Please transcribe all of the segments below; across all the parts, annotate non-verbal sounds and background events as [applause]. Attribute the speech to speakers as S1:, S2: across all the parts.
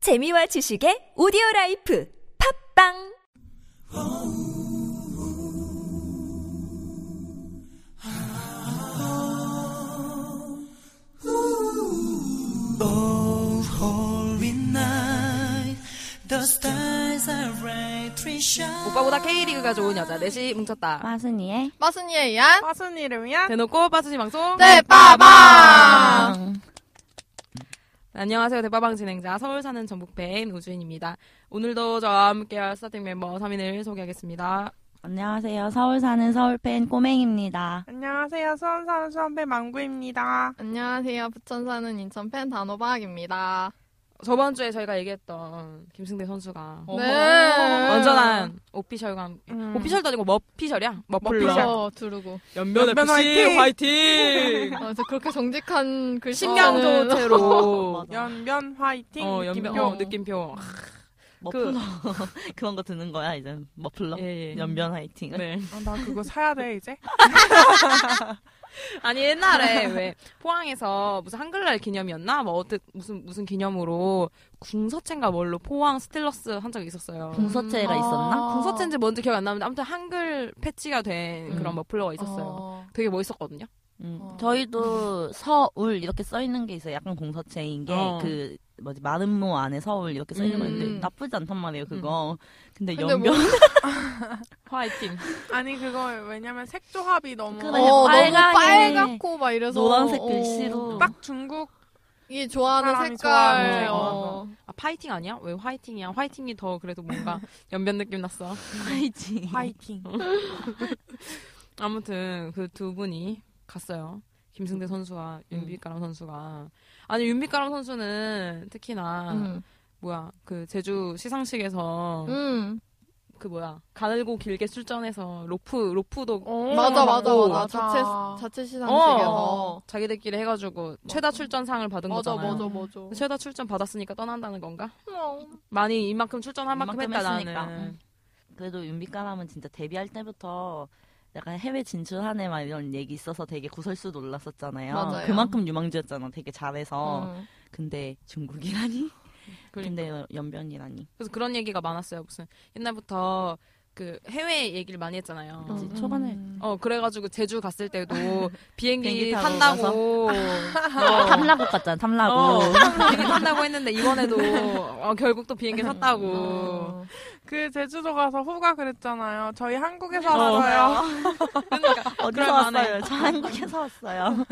S1: 재미와 지식의 오디오 라이프 팝빵
S2: Oh, holy night, the stars are brightly shine.
S3: 오빠보다 K리그가 좋은 여자 넷이 뭉쳤다.
S4: 마순이의
S5: 빠순이에 의한
S6: 화순이를 위한
S3: 대놓고 빠지지 방송.
S5: 대빠방
S3: 네, 안녕하세요. 대빠방 진행자 서울 사는 전북팬 우주인입니다. 오늘도 저와 함께할 스타팅 멤버 3인을 소개하겠습니다.
S4: 안녕하세요. 서울 사는 서울팬 꼬맹입니다.
S7: 그
S6: 안녕하세요 수원사는 수원배 망구입니다.
S5: 안녕하세요 부천 사는 인천 팬 단호박입니다
S3: 저번 주에 저희가 얘기했던 김승대 선수가
S5: 네
S3: 완전한 오피셜과 함께
S6: 음.
S3: 오피셜도 아니고 머피셜이야. 머플러.
S5: 그래서 두르고
S3: 연면
S6: 연면
S3: FC 화이팅.
S5: 어, 저 그렇게 정직한 글씨는
S3: 신경조체로.
S6: 연변 화이팅
S3: 어, 연면
S6: 느낌표.
S3: 어, 느낌표.
S7: 머플러 [laughs] 그... 런거 드는 거야 이제 머플러
S3: 예, 예.
S7: 아, 연변 화이팅 을
S3: 네.
S6: 아, 나 그거 사야 돼 이제.
S3: 아니 옛날에 왜 포항에서 무슨 한글날 기념이었나 뭐 어떻 무슨 무슨 기념으로 궁서체인가 뭘로 포항 스틸러스 한 적이 있었어요. 음.
S7: 공서체가 있었나?
S5: 아.
S3: 궁서체인지 뭔지 기억 안 나는데 아무튼 한글 패치가 된
S7: 음.
S3: 그런 머플러가 있었어요. 되게 멋있었거든요.
S7: 음,
S5: 어.
S7: 저희도 서울 이렇게 써 있는 게 있어요. 약간 공서체인
S3: 어.
S7: 게 그 뭐지 마름모 안에 서울 이렇게 써 있는 거
S5: 음.
S7: 있는데 나쁘지 않단 말이에요 그거. 근데
S5: 근데
S7: 연변
S5: 뭐-
S3: 화이팅.
S6: 아니 그거 왜냐면 색조합이 너무
S7: 그래.
S5: 어,
S7: 그냥
S5: 너무
S7: 빨강에
S5: 빨갛고 막 이래서
S7: 노란색
S5: 어,
S7: 글씨로
S6: 딱 중국
S5: 이게 좋아하는
S6: 사람이
S5: 색깔
S6: 좋아하는
S5: 어.
S3: 아 파이팅 아니야? 왜 화이팅이야? 화이팅이 더 그래도 뭔가 연변 느낌 났어.
S7: [laughs] 화이팅.
S6: 화이팅.
S5: 어.
S3: 아무튼 그 두 분이 갔어요. 김승대 선수와 윤빛가람 선수가 아니 윤빛가람 선수는 특히나
S5: 음.
S3: 뭐야 그 제주 시상식에서
S5: 음.
S3: 그 뭐야 가늘고 길게 출전해서 로프 로프도
S6: 어,
S5: 맞아 맞아
S3: 오.
S5: 맞아 자체 자체 시상식에서
S3: 어, 자기들끼리 해가지고 최다 출전상을 받은
S5: 맞아
S3: 거잖아요.
S5: 맞아 맞아
S3: 최다 출전 받았으니까 떠난다는 건가? 많이 이만큼 출전한 만큼
S7: 어. 이만큼
S3: 했다
S7: 했으니까. 음,
S3: 나는. 음.
S7: 그래도 윤빛가람은 진짜 데뷔할 때부터 약간 해외 진출하네 막 이런 얘기 있어서 되게 구설수 놀랐었잖아요. 어.
S5: 맞아요.
S7: 그만큼 유망주였잖아. 되게 잘해서.
S5: 음.
S7: 근데 중국이라니?
S3: 그러니까.
S7: 근데 연변이라니.
S3: 그래서 그런 얘기가 많았어요. 무슨 옛날부터 그 해외 얘기를 많이 했잖아요.
S7: 이제 초반에
S3: 어 그래가지고 제주 갔을
S7: [laughs]
S3: 때도 비행기
S7: 비행기 타고 어.
S3: 탄다고
S7: 탐라고 갔잖아. 탐라고.
S3: 어, 비행기 탄다고 했는데 이번에도 어, 결국 또 비행기 탔다고
S5: 어.
S6: 그 제주도 가서 후가 그랬잖아요. 저희 한국에서 왔어요.
S7: 어디서
S3: 그럴만해.
S7: 왔어요? 저 한국에서 왔어요.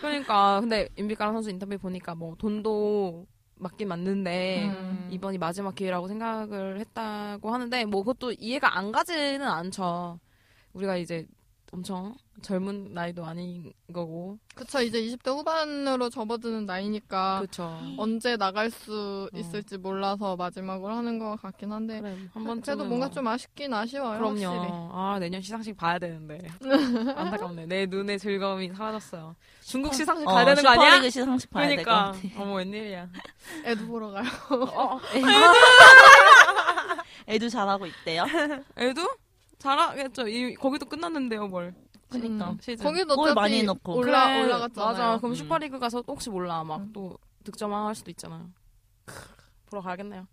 S3: 그러니까 근데 임비가람 선수 인터뷰 보니까 뭐 돈도 맞긴 맞는데
S5: 음.
S3: 이번이 마지막 기회라고 생각을 했다고 하는데 뭐 그것도 이해가 안 가지는 않죠. 우리가 이제 엄청 젊은 나이도 아닌 거고
S5: 그쵸 이제 20대 후반으로 접어드는 나이니까
S3: 그렇죠.
S5: 언제 나갈 수
S3: 어.
S5: 있을지 몰라서 마지막으로 하는 것 같긴 한데
S3: 네, 한 번쯤은
S5: 그래도 뭔가 좀 아쉽긴 아쉬워요
S3: 그럼요.
S5: 확실히.
S3: 아 내년 시상식 봐야 되는데 안타깝네. 내 눈의 즐거움이 사라졌어요. 중국 시상식 가야 되는 거 아니야?
S7: 슈퍼리그 시상식 봐야
S3: 그러니까
S7: 될것 같아.
S3: 어머 웬일이야.
S5: 애도 보러 가요
S7: 애도 잘하고 있대요.
S3: 애도 잘하겠죠. 이 거기도 끝났는데요 뭘.
S7: 그러니까.
S5: 음.
S3: 시즌.
S5: 거기도
S7: 골
S5: 어차피
S7: 많이 넣고.
S5: 올라
S3: 그래,
S5: 올라갔잖아요
S3: 맞아. 그럼
S7: 음.
S3: 슈퍼리그 가서 또 혹시 몰라 막 또 득점할 수도 있잖아요. [laughs] 크, 보러 가야겠네요.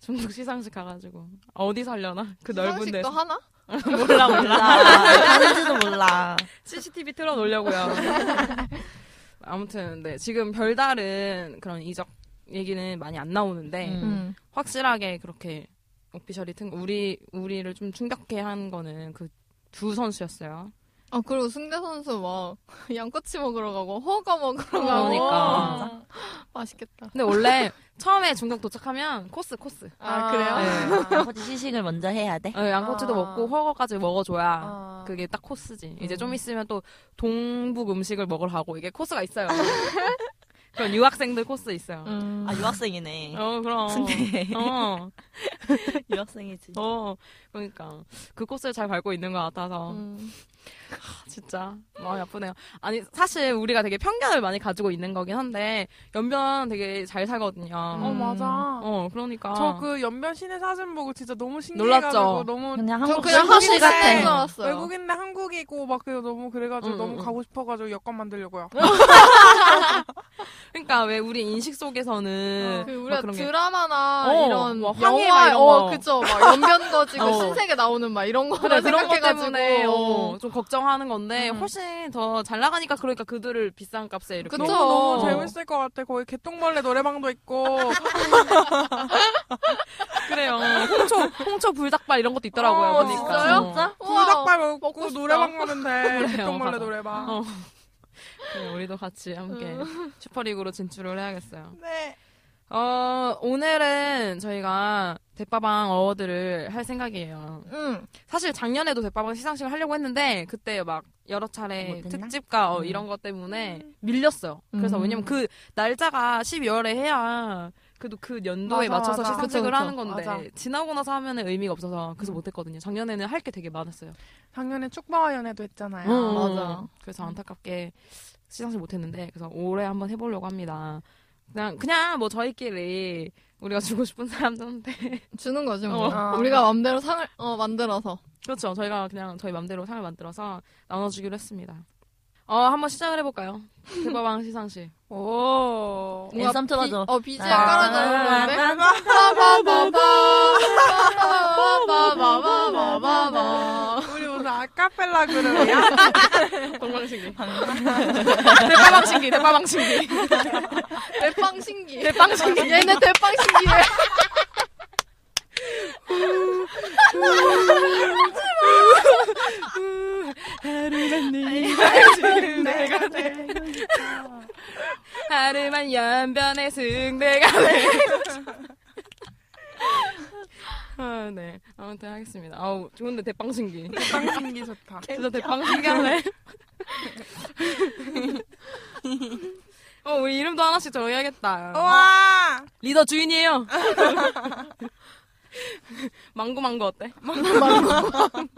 S3: 중국 시상식 가가지고 어디 살려나 그 넓은
S5: 시상식도
S3: 데서
S5: 하나?
S7: [laughs] 몰라 몰라. 하는지도 아, 몰라.
S3: CCTV
S5: [laughs]
S3: 틀어놓으려고요. 아무튼 네 지금 별다른 그런 이적 얘기는 많이 안 나오는데
S7: 음.
S5: 음.
S3: 확실하게 그렇게 오피셜이 튼 우리 우리를 좀 충격해 한 거는 그 두 선수였어요.
S5: 아 그리고 승대 선수 막 [laughs] 양꼬치 먹으러 가고 허거 먹으러 가고
S3: 어, 그러니까.
S5: [laughs] 맛있겠다
S3: 근데 원래 처음에 중국 도착하면 코스 코스.
S5: 아, 그래요? [laughs]
S3: 네.
S7: 양꼬치 시식을 먼저 해야 돼.
S3: 어, 양꼬치도
S6: 아.
S3: 먹고 허거까지 먹어줘야
S5: 음.
S6: 아. 음.
S3: 그게 딱 코스지. 이제 좀 있으면 또 동북 음식을 먹으러 가고 이게 코스가
S6: 아.
S3: 있어요. [laughs] 그런 유학생들 코스 있어요.
S6: 음.
S7: 아 유학생이네.
S3: 어 그럼.
S7: 근데
S3: 어,
S7: 유학생이지.
S3: 어, 그러니까 그 코스를 잘 밟고 있는 것 같아서
S5: 음.
S3: 하, 진짜 마음이 아프네요. 아니 사실 우리가 되게 편견을 많이 가지고 있는 거긴 한데 연변 되게 잘 살거든요.
S6: 어 맞아.
S3: 어, 그러니까.
S6: 저 그 연변 시내 사진 보고 진짜 너무 신기해가지고
S3: 놀랐죠?
S6: 너무
S7: 그냥
S5: 저
S7: 한국
S5: 그냥
S7: 한국인
S5: 한국
S7: 같아.
S5: 사람인 줄 알았어요.
S6: 외국인데 한국이고 막 그래서 너무 그래가지고
S3: 응,
S6: 너무
S3: 응, 응.
S6: 가고 싶어가지고 여권 만들려고요.
S3: 그러니까 왜 우리 인식 속에서는
S6: 어.
S5: 그
S3: 막
S5: 우리가
S3: 그런 게
S5: 드라마나
S3: 어,
S5: 이런
S3: 뭐 황해 막
S5: 영화,
S3: 이런
S5: 어,
S3: 거.
S5: 그쵸. 막 연변
S3: [laughs]
S5: 거지고
S3: 어.
S5: 신세계 나오는 막 이런 거를
S3: 아, 그래, 그런 것
S5: 생각해가지고.
S3: 때문에 어, 좀 걱정하는 건데
S6: 음.
S3: 훨씬 더 잘 나가니까 그러니까 그들을 비싼 값에 이렇게
S5: 그쵸.
S6: 너무
S5: 어.
S6: 너무 재밌을 것 같아. 거기 개똥벌레 노래방도 있고
S3: [laughs] 그래요. 홍초 홍초 불닭발 이런 것도 있더라고요.
S6: 어,
S3: 보니까.
S5: 진짜요?
S3: 어.
S5: 우와.
S6: 불닭발
S5: 먹고
S6: 먹고
S5: 싶다.
S6: 노래방
S5: [laughs]
S6: 가면 돼.
S3: 그래요,
S6: 개똥벌레
S3: 가자.
S6: 노래방.
S3: 어. 그래, 네, 우리도 같이 함께 슈퍼리그로 진출을 해야겠어요.
S6: 네.
S3: 어, 오늘은 저희가 대빠방 어워드를 할 생각이에요.
S5: 응.
S3: 사실 작년에도 대빠방 시상식을 하려고 했는데 그때 막 여러 차례
S7: 못했나?
S3: 특집과 어,
S7: 음.
S3: 이런 것 때문에 밀렸어요. 그래서
S5: 뭐 음.
S3: 왜냐면 그 날짜가 12월에 해야 그래도 그 연도에
S6: 맞아,
S3: 맞춰서
S6: 맞아.
S3: 시상식을
S5: 그쵸, 그쵸.
S3: 하는 건데
S5: 맞아.
S3: 지나고 나서 하면 의미가 없어서 그래서 못했거든요. 작년에는 할 게 되게 많았어요.
S6: 작년에 축바와 연애도 했잖아요.
S5: 어.
S3: 음,
S5: 맞아.
S3: 음. 그래서 안타깝게 시상식 못했는데 그래서 올해 한번 해보려고 합니다. 그냥 그냥 뭐 저희끼리 우리가 [laughs] 주고 싶은 사람들한테
S5: 주는 거지 뭐.
S3: 아.
S6: 어.
S5: 우리가 맘대로 상을 어 만들어서.
S3: 그렇죠. 저희가 그냥 저희 맘대로 상을 만들어서 나눠주기로 했습니다. 어 한번 시작을 해볼까요? 대바방
S6: [laughs]
S3: 시상식.
S6: 오.
S5: 뭔가
S7: 인삼 틀어줘.
S5: 비- 어 BGM
S6: 나-
S5: 깔아줘야 되는데.
S3: [laughs]
S5: 빠바바바바바바바바바바.
S6: 우리 무슨
S5: [laughs]
S6: 아카펠라 그룹이야?
S3: 동방신기. 대바방신기. 대바방신기.
S5: 대빵 신기.
S3: 대빵 신기.
S5: 얘네
S3: [laughs]
S5: 대빵 신기해.
S6: 내가
S3: 하루만 연변의 승배가
S6: [laughs]
S3: 돼. 아, 네. 아무튼 하겠습니다. 아우, 좋은데 대빵신기.
S6: 빵신기 좋다.
S3: 진짜 대빵신기 하네. [laughs] 어, 우리 이름도 하나씩 정해야겠다.
S5: 어.
S6: 와.
S3: 어. 리더 주인이에요. [laughs] 망고 망고 어때?
S6: 망고망고.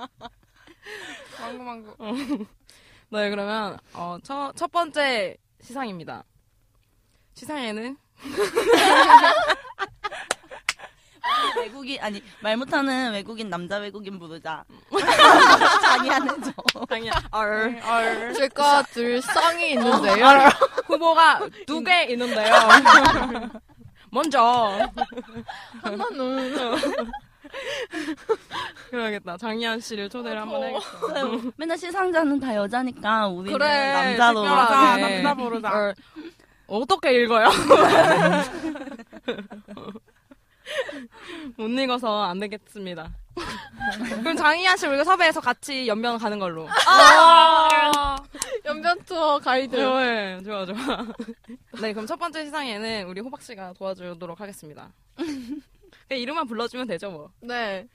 S5: 어.
S3: 네 그러면 어, 첫, 첫 번째 시상입니다. 시상에는
S7: 외국인 아니 말 못하는 외국인 남자 외국인 [laughs] 부르자. 장이하는 저.
S3: 당연 얼
S6: 얼.
S5: 제가 들 쌍이 있는데요.
S3: 어, 후보가 두 개 [laughs] 있는데요. 먼저 어.
S5: 하나는
S3: 그러겠다 장희한 씨를 초대를 한번 해야겠다.
S7: 네, 뭐 맨날 시상자는 다 여자니까 우리는
S3: 그래,
S7: 남자로.
S3: 특별하다.
S6: 남자,
S3: 네.
S6: 남자 부르자.
S3: 얼. 어떻게 읽어요? [laughs] 못 읽어서 안 되겠습니다. 그럼 장희한 씨 우리가 섭외해서 같이 연변 가는 걸로.
S5: 연변 투어 가이드.
S3: 네, 좋아, 좋아. 네, 그럼 첫 번째 시상에는 우리 호박 씨가 도와주도록 하겠습니다. 그냥 이름만 불러주면 되죠, 뭐.
S5: 네.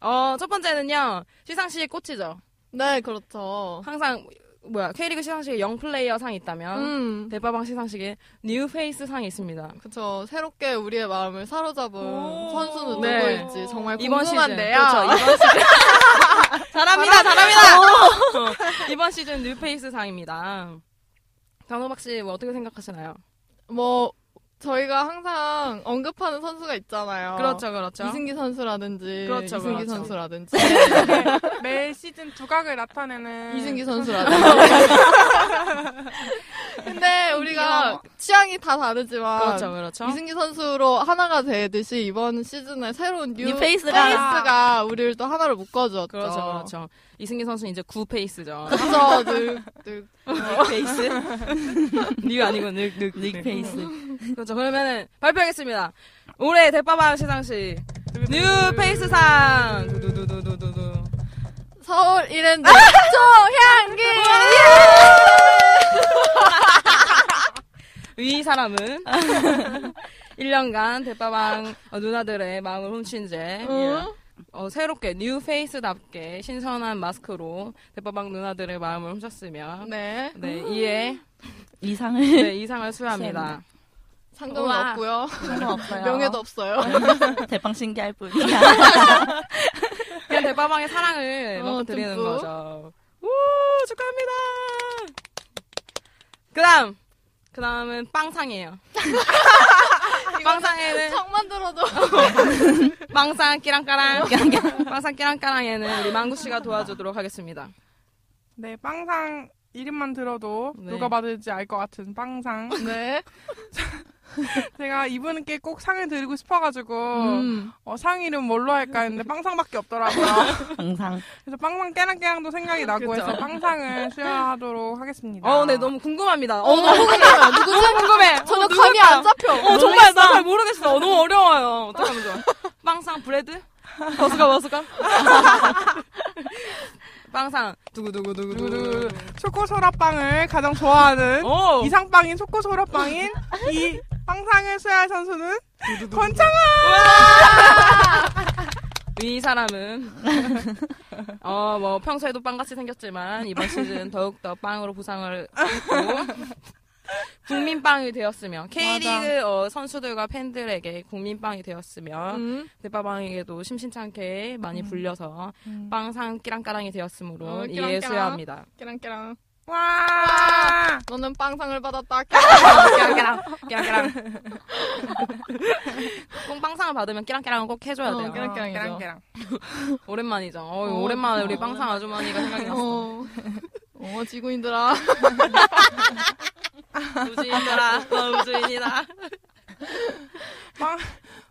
S3: 어, 첫 번째는요, 시상식의 꽃이죠.
S5: 네, 그렇죠.
S3: 항상, 뭐야, K리그 시상식에 영 플레이어 상이 있다면,
S5: 음.
S3: 대빠방 시상식에 뉴 페이스 상이 있습니다.
S5: 그쵸. 새롭게 우리의 마음을 사로잡은
S6: 오.
S5: 선수는
S3: 네.
S5: 누구일지 정말
S3: 이번
S5: 궁금한데요.
S3: 시즌.
S5: [laughs]
S3: 그렇죠, 이번 시즌. 잘합니다, 잘합니다! 어, [laughs] 이번 시즌 뉴 페이스 상입니다. 장호박 씨, 뭐 어떻게 생각하시나요?
S5: 뭐, 저희가 항상 언급하는 선수가 있잖아요.
S3: 그렇죠, 그렇죠.
S5: 이승기 선수라든지,
S3: 그렇죠,
S5: 이승기
S3: 그렇죠. [laughs]
S5: 선수라든지,
S6: 네. 매 시즌 두각을 나타내는
S3: [laughs]
S5: 이승기 선수라든지. 근데 우리가 취향이 다 다르지만
S3: 그렇죠, 그렇죠.
S5: 이승기 선수로 하나가 되듯이 이번 시즌에 새로운 뉴,
S7: 뉴 페이스가-
S5: 페이스가 우리를 또 하나로 묶어주었죠.
S3: 그렇죠, 그렇죠. 이승기 선수는 이제 9페이스죠. [laughs]
S5: 그렇죠. 늘, 늘
S7: 페이스.
S3: 뉴 아니고 늑, 늑,
S7: 닉 페이스.
S3: 그렇죠. 그러면은 발표하겠습니다. 올해 대빠방 시상식 뉴 페이스상 두두두두두두.
S5: 서울 이랜드 조향기
S3: 위 사람은 [laughs] 1년간 대빠방 어, 누나들의 마음을 훔친 죄
S5: 응?
S3: 어, 새롭게 뉴 페이스답게 신선한 마스크로 대빠방 누나들의 마음을 훔쳤으며
S5: 네
S3: 네 이에 [laughs]
S7: 이상을
S3: 네, 이상을 수여합니다.
S5: 상금은
S3: 우와.
S5: 없고요
S7: 없어요.
S5: 명예도 없어요
S7: [laughs]
S3: [laughs]
S7: 대빵 신기할 뿐이야.
S3: 그냥 대빠방의 사랑을
S5: 어,
S3: 먹고 드리는
S5: 듬뿍.
S3: 거죠. 우 축하합니다. 그다음 그다음은 빵상이에요. [laughs]
S5: [laughs]
S3: 빵상에는
S5: 창만 들어도
S3: 빵상 [laughs] 끼랑까랑 빵상 끼랑까랑에는 우리 망구 씨가 도와주도록 하겠습니다.
S6: 네, 빵상 이름만 들어도
S3: 네.
S6: 누가 받을지 알 것 같은 빵상.
S5: 네.
S6: 제가 이분께 꼭 상을 드리고 싶어가지고
S3: 음.
S6: 어, 상 이름 뭘로 할까 했는데 빵상밖에 없더라고요.
S5: [laughs]
S8: 항상
S6: 그래서 빵상 깨랑깨랑도 생각이 나고
S3: 그쵸.
S6: 해서 빵상을 수여하도록 하겠습니다.
S3: 어, 네 너무 궁금합니다. 어,
S5: 어머, 궁금해요. 누구
S3: 너무 궁금해.
S5: 저는
S3: 어, 누굴까?
S5: 감이 안 잡혀.
S3: 어 정말 나 잘 모르겠어. 너무 어려워요. 어떡하면 좋아. [laughs] 빵상 브레드? 버스가 버스가? [laughs] 빵상 두구두구두구
S6: 두구두구. 초코소라빵을 가장 좋아하는
S3: 오
S6: 이상빵인 초코소라빵인 이 빵상을 수여할 선수는 권창아!
S3: 이 사람은 [laughs] 어 뭐 평소에도 빵같이 생겼지만 이번 시즌 더욱 더 빵으로 부상을 했고 국민빵이 되었으며 K리그 어, 선수들과 팬들에게 국민빵이 되었으며
S5: 음.
S3: 대빠방에게도 심심찮게 많이 불려서 빵상 음. 끼랑까랑이 되었으므로
S5: 어, 끼랑까랑.
S3: 이에 수여합니다.
S5: 깨랑깨랑.
S6: 와!
S5: 너는 빵상을 받았다.
S3: 끼랑끼랑 끼랑끼랑 꼭 빵상을 받으면 끼랑끼랑은 꼭 해줘야
S5: 어,
S3: 돼요.
S5: 끼랑- 깨랑깨랑이죠.
S6: 어, 깨랑깨랑.
S3: 오랜만이죠. 어,
S5: 어,
S3: 오랜만에 우리
S5: 그렇구나.
S3: 빵상 아주머니가 생각이 났어.
S5: 어. 어, 지구인들아.
S3: 우주인이라 우주인이다.
S6: 빵,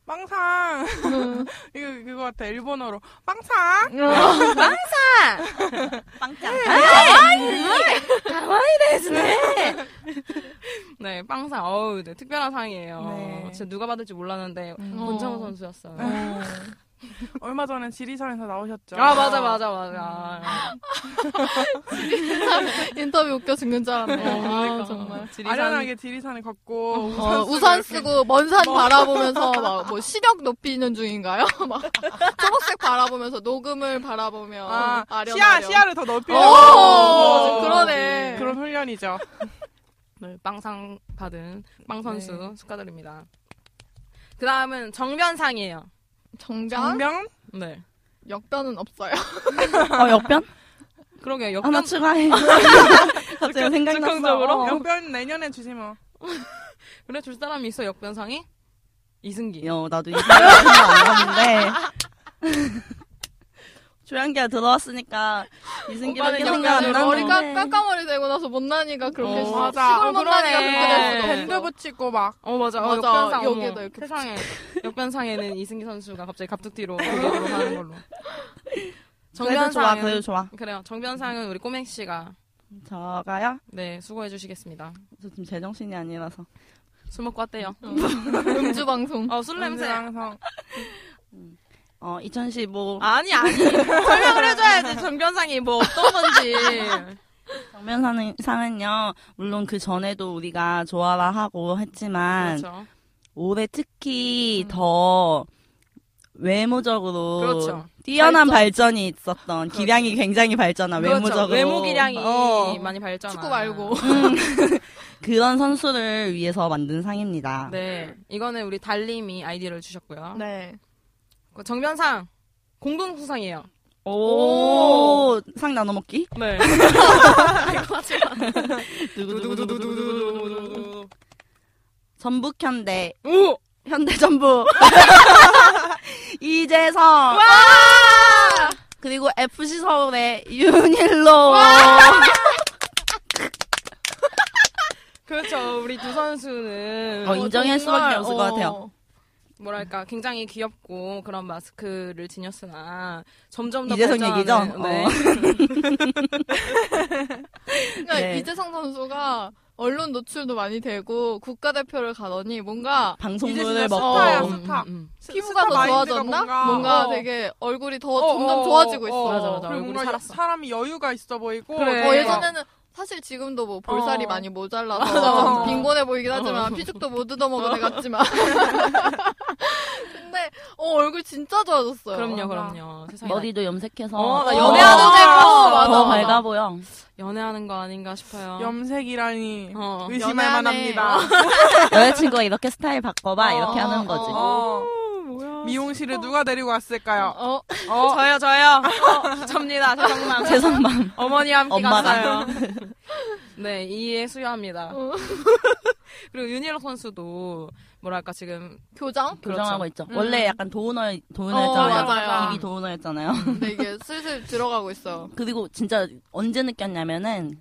S6: 빵상. [laughs] 이거, 그거 같아. 일본어로. 빵상!
S8: 빵짱.
S3: 네 빵상 어우 네, 특별한 상이에요.
S6: 네.
S3: 진짜 누가 받을지 몰랐는데
S5: 어.
S3: 권창우 선수였어요.
S6: [laughs] 얼마 전에 지리산에서 나오셨죠.
S3: 아 맞아 맞아 맞아.
S5: [laughs] 인터뷰 웃겨 죽는 줄 알았네.
S3: 어,
S5: 아, 정말.
S6: 아련하게 지리산을 걷고
S5: 어,
S6: 우산,
S5: 우산
S6: 쓰고
S5: 쓰고 먼 산 바라보면서 막 뭐 시력 높이는 중인가요? [laughs] 막 초록색 바라보면서 녹음을 바라보며
S6: 아,
S5: 아, 아련
S6: 시야,
S5: 아련.
S6: 시야를 더 넓히려고
S5: 오,
S6: 어,
S5: 그러네.
S6: 그런 훈련이죠.
S3: 네, 빵상 받은 빵 선수 축하드립니다. 그 다음은 정변상이에요.
S5: 정변?
S6: 정병?
S3: 네.
S5: 역변은 [laughs] 없어요.
S7: 어, 역변?
S3: 그러게요.
S7: 하나
S3: 역변 [laughs]
S7: 추가해. 갑자기 생각났어.
S3: 즉흥적으로?
S7: 어.
S6: 병변 내년에 주지 뭐.
S3: 그래 줄 사람이 있어 역변상이 이승기.
S8: 어, 나도 이상한 거안
S3: [laughs]
S8: 봤는데.
S7: 조양기가 들어왔으니까 이승기밖에
S3: 오빠는
S7: 생각 안
S3: 역변을
S7: 나는데.
S5: 머리가 깎아머리 되고 나서 못난이가 그렇게
S3: 어,
S5: 시-
S6: 맞아. 어,
S5: 시골 못난이가
S3: 그러네.
S5: 그렇게 됐어.
S6: 밴드 붙이고 막.
S3: 어 맞아. 어,
S5: 맞아.
S3: 역변상 어머.
S5: 여기에다 이렇게
S3: 세상에 역변상에는 이승기 선수가 갑자기 갑툭튀로 공격으로 하는 걸로.
S7: 그래도 좋아,
S3: 정변상은
S7: 그래도 좋아.
S3: 그래요. 정변상은 우리 꼬맹 씨가
S7: 저가요?
S3: 네 수고해 주시겠습니다.
S7: 저 지금 제정신이 아니라서.
S3: 술 먹고 왔대요.
S5: 음주 방송.
S3: 어술 냄새.
S6: 항상
S7: 어, 2015
S3: 아니 아니 설명을 해줘야지 정변상이 뭐 어떤 건지.
S7: 정면상은요, 물론 그 전에도 우리가 좋아라 하고 했지만,
S3: 그렇죠.
S7: 올해 특히 더 외모적으로
S3: 그렇죠.
S7: 뛰어난
S5: 발전.
S7: 발전. 이 있었던 기량이 굉장히 발전한
S3: 그렇죠.
S7: 아, 외모적으로
S3: 외모 기량이
S7: 어,
S3: 많이 발전.
S5: 축구 말고.
S7: 음.
S5: [laughs]
S7: 그런 선수를 위해서 만든 상입니다.
S3: 네, 이거는 우리 달님이 아이디를 주셨고요.
S5: 네.
S3: 그 정변상 공동 수상이에요.
S7: 오, 상 나눠 먹기?
S3: 네.
S7: 어, 전북현대
S3: 오.
S7: 현대전북 이재성 그리고 FC 서울의 윤일로
S3: 그렇죠. 우리 두 선수는
S7: 어, 인정할 수밖에 없을 것 같아요.
S3: 뭐랄까 굉장히 귀엽고 그런 마스크를 지녔으나 점점 더
S7: 이재성
S3: 발전하는-
S7: 얘기죠?
S3: 네.
S7: 어.
S5: 그러니까
S7: 네.
S5: 이재성 선수가 언론 노출도 많이 되고 국가대표를 가더니 뭔가
S7: 방송물을
S6: 이제 스타야,
S7: 먹고
S6: 스타. 스탑.
S3: 음.
S5: 피부가 더 좋아졌나? 뭔가,
S6: 어.
S5: 되게 얼굴이 더
S6: 어,
S5: 점점
S6: 어,
S5: 좋아지고
S6: 어,
S5: 있어.
S6: 어.
S3: 맞아, 맞아.
S6: 그리고
S3: 얼굴이
S6: 뭔가
S3: 살았어.
S6: 사람이 여유가 있어 보이고.
S3: 그래.
S5: 어,
S3: 네.
S5: 예전에는 사실 지금도 뭐 볼살이
S6: 어.
S5: 많이
S3: 맞아,
S5: 모자라서
S6: 맞아.
S5: 좀 빈곤해 보이긴 하지만 피죽도 못 뜯어먹은 애 같지만. 근데 어, 얼굴 진짜 좋아졌어요.
S3: 그럼요, 그럼요. 세상에
S7: 머리도 염색해서
S3: 어, 나
S5: 연애하는
S3: 어.
S5: 애 봤어. 맞아.
S7: 더
S5: 맞아.
S7: 밝아 보여.
S3: 나 연애하는 거 아닌가 싶어요.
S6: 염색이라니
S3: 어.
S6: 의심할
S5: 연애하네.
S6: 만합니다.
S7: 여자친구가 이렇게 스타일 바꿔봐
S5: 어,
S7: 이렇게 하는 거지.
S5: 어,
S6: 어.
S3: 뭐야?
S6: 미용실을 누가 데리고 왔을까요?
S5: 어,
S6: 어,
S5: [laughs]
S3: 저요 저요. 어,
S7: [laughs]
S3: 접니다. 죄송만. [laughs]
S7: 세상만
S3: 어머니 함께
S7: 엄마가.
S3: 갔어요.
S7: [laughs]
S3: 네, 이해 수여합니다.
S5: 어.
S3: [laughs] 그리고 윤일록 선수도 뭐랄까 지금
S5: 교장?
S7: 교정하고 있죠.
S6: 음.
S7: 원래 약간 도우너 도우너였잖아요.
S5: 어, 맞아요.
S7: 입이 도우너였잖아요. [laughs]
S5: 근데 이게 슬슬 들어가고 있어요.
S7: 그리고 진짜 언제 느꼈냐면은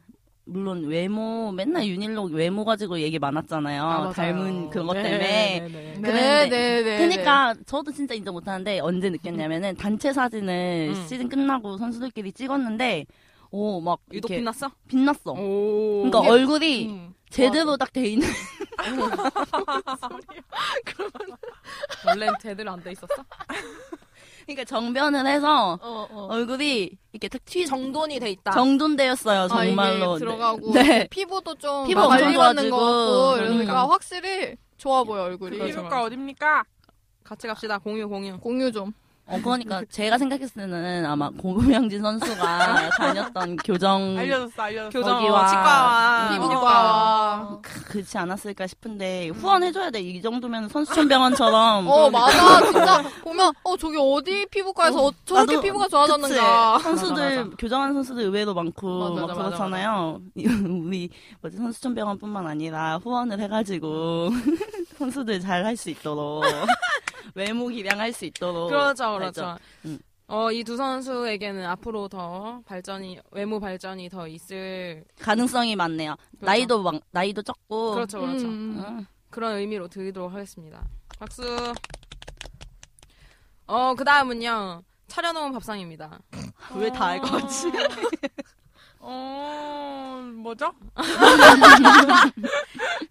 S7: 물론 외모 맨날 윤일록 외모 가지고 얘기 많았잖아요.
S3: 아, 맞아요.
S7: 닮은 그것
S3: 네,
S7: 때문에.
S3: 네, 네, 네.
S5: 네,
S7: 그랬는데-
S5: 네, 네.
S7: 그러니까 저도 진짜 인정 못하는데 언제 느꼈냐면은 단체 사진을
S3: 음.
S7: 시즌 끝나고 선수들끼리 찍었는데 오막
S3: 유독
S7: 이렇게
S3: 빛났어?
S7: 빛났어.
S3: 오.
S7: 그러니까
S3: 이게-
S7: 얼굴이
S3: 음.
S7: 제대로 딱 돼 있는 [laughs]
S3: 원래 제대로 안 돼 있었어?
S7: 그러니까 정변을 해서
S5: 어, 어.
S7: 얼굴이 이렇게 탁 튀.
S3: 정돈이 돼 있다.
S7: 정돈되었어요
S5: 아, 이게
S7: 정말로. 네.
S5: 들어가고
S7: 네.
S5: 피부도 좀
S7: 피부가 엄청
S5: 관리받는 것
S7: 좋아지고.
S5: 같고 그러니까
S3: 그러니까.
S5: 확실히 좋아 보여 얼굴이.
S3: 그렇죠.
S6: 이륙가 어딥니까?
S3: 같이 갑시다. 공유 공유.
S5: 공유 좀.
S7: 어 그러니까 제가 생각했을 때는 아마
S5: [laughs]
S7: 고명진 선수가 다녔던 교정
S6: 알려줬어, 알려줬어.
S3: 교정
S7: 거기와
S3: 치과와 피부과.
S5: 피부과.
S7: 그렇지 않았을까 싶은데 후원해줘야 돼. 이 정도면 선수촌병원처럼.
S5: 음. 어 맞아 진짜 보면 어 저기 어디 피부과에서 어, 저렇게
S7: 나도-
S5: 피부가
S7: 그치.
S5: 좋아졌는가.
S7: 선수들
S3: 맞아, 맞아.
S7: 교정하는 선수들 의외로 많고
S5: 맞아,
S7: 막
S5: 맞아,
S7: 그렇잖아요. [laughs] 우리 뭐지 선수촌병원뿐만 아니라 후원을 해가지고 [laughs] 선수들 잘 할 수 있도록 외모 기량할 수 있도록.
S3: 그렇죠,
S7: 알죠?
S3: 그렇죠.
S7: 음.
S3: 어, 이 두 선수에게는 앞으로 더 발전이 외모 발전이 더 있을
S7: 가능성이 많네요.
S3: 그렇죠.
S7: 나이도 막 나이도 적고.
S3: 그렇죠, 그렇죠.
S5: 음.
S7: 음.
S3: 그런 의미로 드리도록 하겠습니다. 박수. 어, 그 다음은요. 차려놓은 밥상입니다.
S7: 왜 다 알고 왔지?
S6: 어, 뭐죠?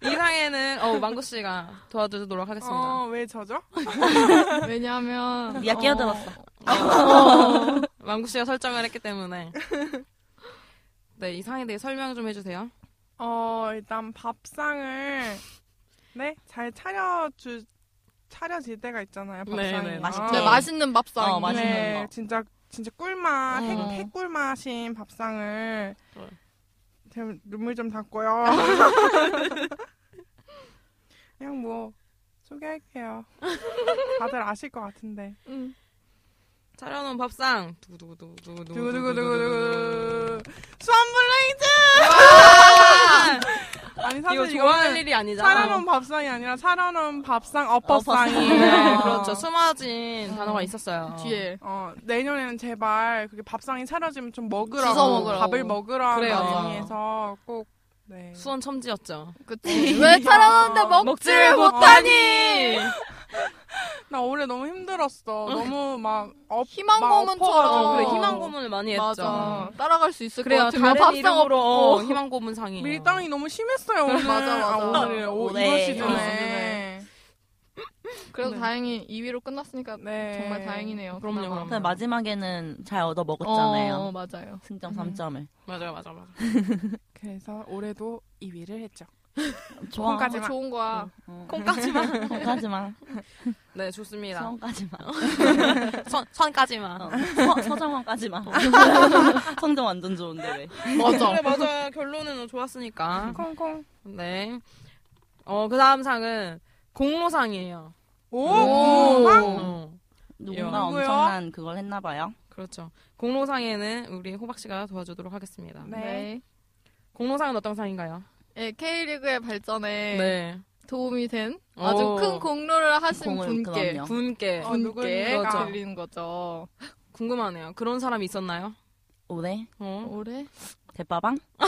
S3: 이상에는, 어, 망구씨가 도와주도록 하겠습니다.
S6: 어, 왜 저죠?
S7: 어.
S5: 왜냐하면
S7: 니가 끼어들었어.
S3: [laughs] 망구씨가 설정을 했기 때문에. 네, 이상에 대해 설명 좀 해주세요.
S6: 어, 일단 밥상을, 네? 잘 차려주, 차려질 때가 있잖아요,
S3: 네,
S6: 밥상이.
S3: 네,
S7: 맛있게.
S5: 네, 맛있는 밥상.
S7: 어, 맛있는
S6: 네,
S7: 거.
S6: 진짜 진짜 꿀맛, 해-
S7: 어.
S6: 해꿀맛인 밥상을
S3: 어.
S6: 제가 눈물 좀 닦고요. 그냥 뭐 소개할게요. 다들 아실 것 같은데.
S5: 음.
S3: 차려놓은 밥상. 두구두구두구두구.
S6: 두구두구두구두구. 수완블레이즈! 아니
S3: 이거
S6: 사실
S3: 좋아할
S6: 이거는
S3: 일이 아니잖아.
S6: 차려놓은 밥상이 아니라 차려놓은 밥상
S3: 네,
S6: 엇밥상이에요.
S3: [laughs] 그렇죠. 숨어진 단어가 있었어요.
S5: 뒤에.
S6: 어, 내년에는 제발 그게 밥상이 차려지면 좀 먹으라고
S5: 주워 먹으라고.
S6: 밥을 먹으라고
S3: 그래요.
S6: 의미에서 꼭 네.
S3: 수원 첨지였죠.
S5: 그치.
S7: 어.
S5: 왜 차려놨는데 어, 먹지를, 못하니?
S6: 나 올해 너무 힘들었어. 너무 막 업,
S5: 희망
S6: 막
S5: 고문처럼.
S6: 엎어가지고.
S3: 그래,
S5: 어.
S3: 희망 고문을 많이 했죠.
S5: 맞아. 따라갈 수 있을
S3: 그래요.
S5: 것 같으면
S3: 다른
S5: 밥상
S3: 이름으로 어,
S5: 없고.
S3: 희망 고문 상이.
S6: 밀당이 너무 심했어요 오늘.
S5: 맞아, 맞아.
S6: 아, 오늘 오,
S7: 네.
S6: 이번
S7: 이번
S6: 시즌에.
S5: 그래도
S6: 네.
S5: 다행히 2위로 끝났으니까
S6: 네.
S5: 정말 다행이네요.
S3: 그럼요,
S5: 그나마.
S3: 그럼요.
S7: 근데 마지막에는 잘 얻어 먹었잖아요.
S5: 어, 맞아요.
S7: 승점 3점을.
S3: 맞아요, 맞아, 맞아.
S6: 그래서 올해도 2위를 했죠.
S7: 좋아.
S6: 콩까지.
S5: 어, 좋은 거야.
S7: [laughs] 콩까지만. 콩까지만.
S3: 네, 좋습니다.
S7: 성까지만. 어.
S3: 선, 선까지만.
S7: 서, 서정원까지만. [laughs] 성적 완전 좋은데 왜.
S5: 맞아.
S3: 그래, 맞아요. 결론은 좋았으니까.
S6: 콩콩.
S3: 네. 어, 그 다음 상은 공로상이에요.
S6: 오. 아,
S3: 어,
S7: 누군가
S6: 누구요?
S7: 엄청난 그걸 했나봐요.
S3: 그렇죠. 공로상에는 우리 호박씨가 도와주도록 하겠습니다.
S6: 네.
S5: 네.
S3: 공로상은 어떤 상인가요?
S5: 예, K리그의 발전에
S3: 네.
S5: 도움이 된 아주
S3: 오.
S5: 큰 공로를 하신
S7: 공을,
S5: 분께 네.
S7: 그럼요.
S3: 분께. 아,
S6: 어,
S5: 분께
S6: 누군가.
S5: 드리는 거죠.
S3: 궁금하네요. 그런 사람이 [laughs] 있었나요?
S7: 올해
S3: 어.
S5: 올해
S7: 대빠방?
S5: 아,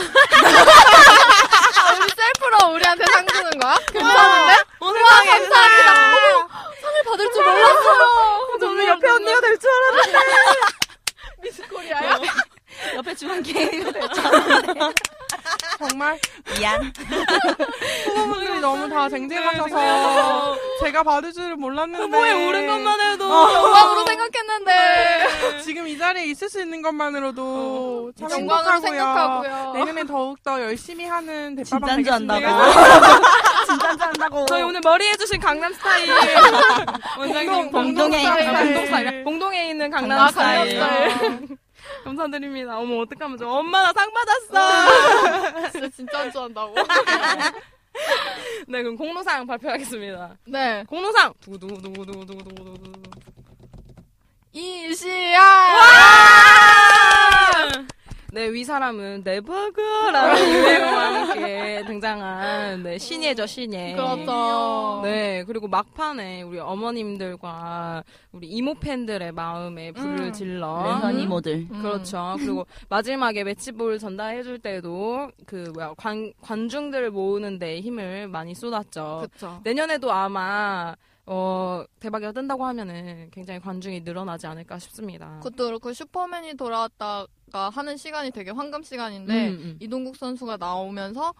S5: 우리 셀프로 우리한테 상 주는 거야? 괜찮은데?
S3: 오늘
S5: 아, 감사합니다. 어머, 상을 받을 줄 몰랐어.
S3: 저는 옆에 언니가 될 줄 알았는데.
S5: 미스코리아야.
S7: [laughs] 옆에 [laughs] 주방 게임.
S6: 정말
S7: 미안.
S6: [laughs] 후보분들이 너무 다 쟁쟁하셔서 제가 받을 줄을 몰랐는데.
S3: 뭐에 오른 것만 해도.
S5: 어, 영광으로 생각했는데.
S6: 지금 이 자리에 있을 수 있는 것만으로도 참
S5: 영광으로
S6: 행복하고요.
S5: 생각하고요.
S6: 내년에 더욱 더 열심히 하는 대빠방
S7: 진짠 줄 안다고.
S6: 되겠습니다.
S3: 네.
S6: [laughs]
S3: 음.
S7: 진짠 줄 안다고.
S3: 어. 저희 오늘 머리 해주신 강남 [laughs] 스타일 원장님
S6: 봉동,
S7: 봉동에
S3: 봉동
S6: 있는
S3: 봉동 스타일 봉동에 있는 강남,
S5: 아,
S3: 스타일 네.
S5: 강남스타일.
S3: 감사드립니다. 어머 어떡하면 좋아. 엄마 나 상 받았어.
S5: 진짜 진짜 안 좋아한다고.
S3: 네, 그럼 공로상 발표하겠습니다.
S5: 네.
S3: 공로상! 두구두구두구두구두구두구두구.
S5: 이시아!
S3: 네, 위 사람은 네버그라는 유행어와 함께 등장한 네, 신예죠, 신예.
S5: 그렇죠.
S3: 네, 그리고 막판에 우리 어머님들과 우리 이모 팬들의 마음에 불을
S5: 음.
S3: 질러.
S7: 랜선
S3: 음.
S7: 이모들.
S5: 음.
S3: 그렇죠. 그리고 마지막에 매치볼 전달해줄 때도 그 뭐야 관 관중들을 모으는데 힘을 많이 쏟았죠.
S5: 그쵸.
S3: 내년에도 아마 어 대박이 뜬다고 하면은 굉장히 관중이 늘어나지 않을까 싶습니다.
S5: 그것도 그렇고 슈퍼맨이 돌아왔다가 하는 시간이 되게 황금 시간인데
S3: 음, 음.
S5: 이동국 선수가 나오면서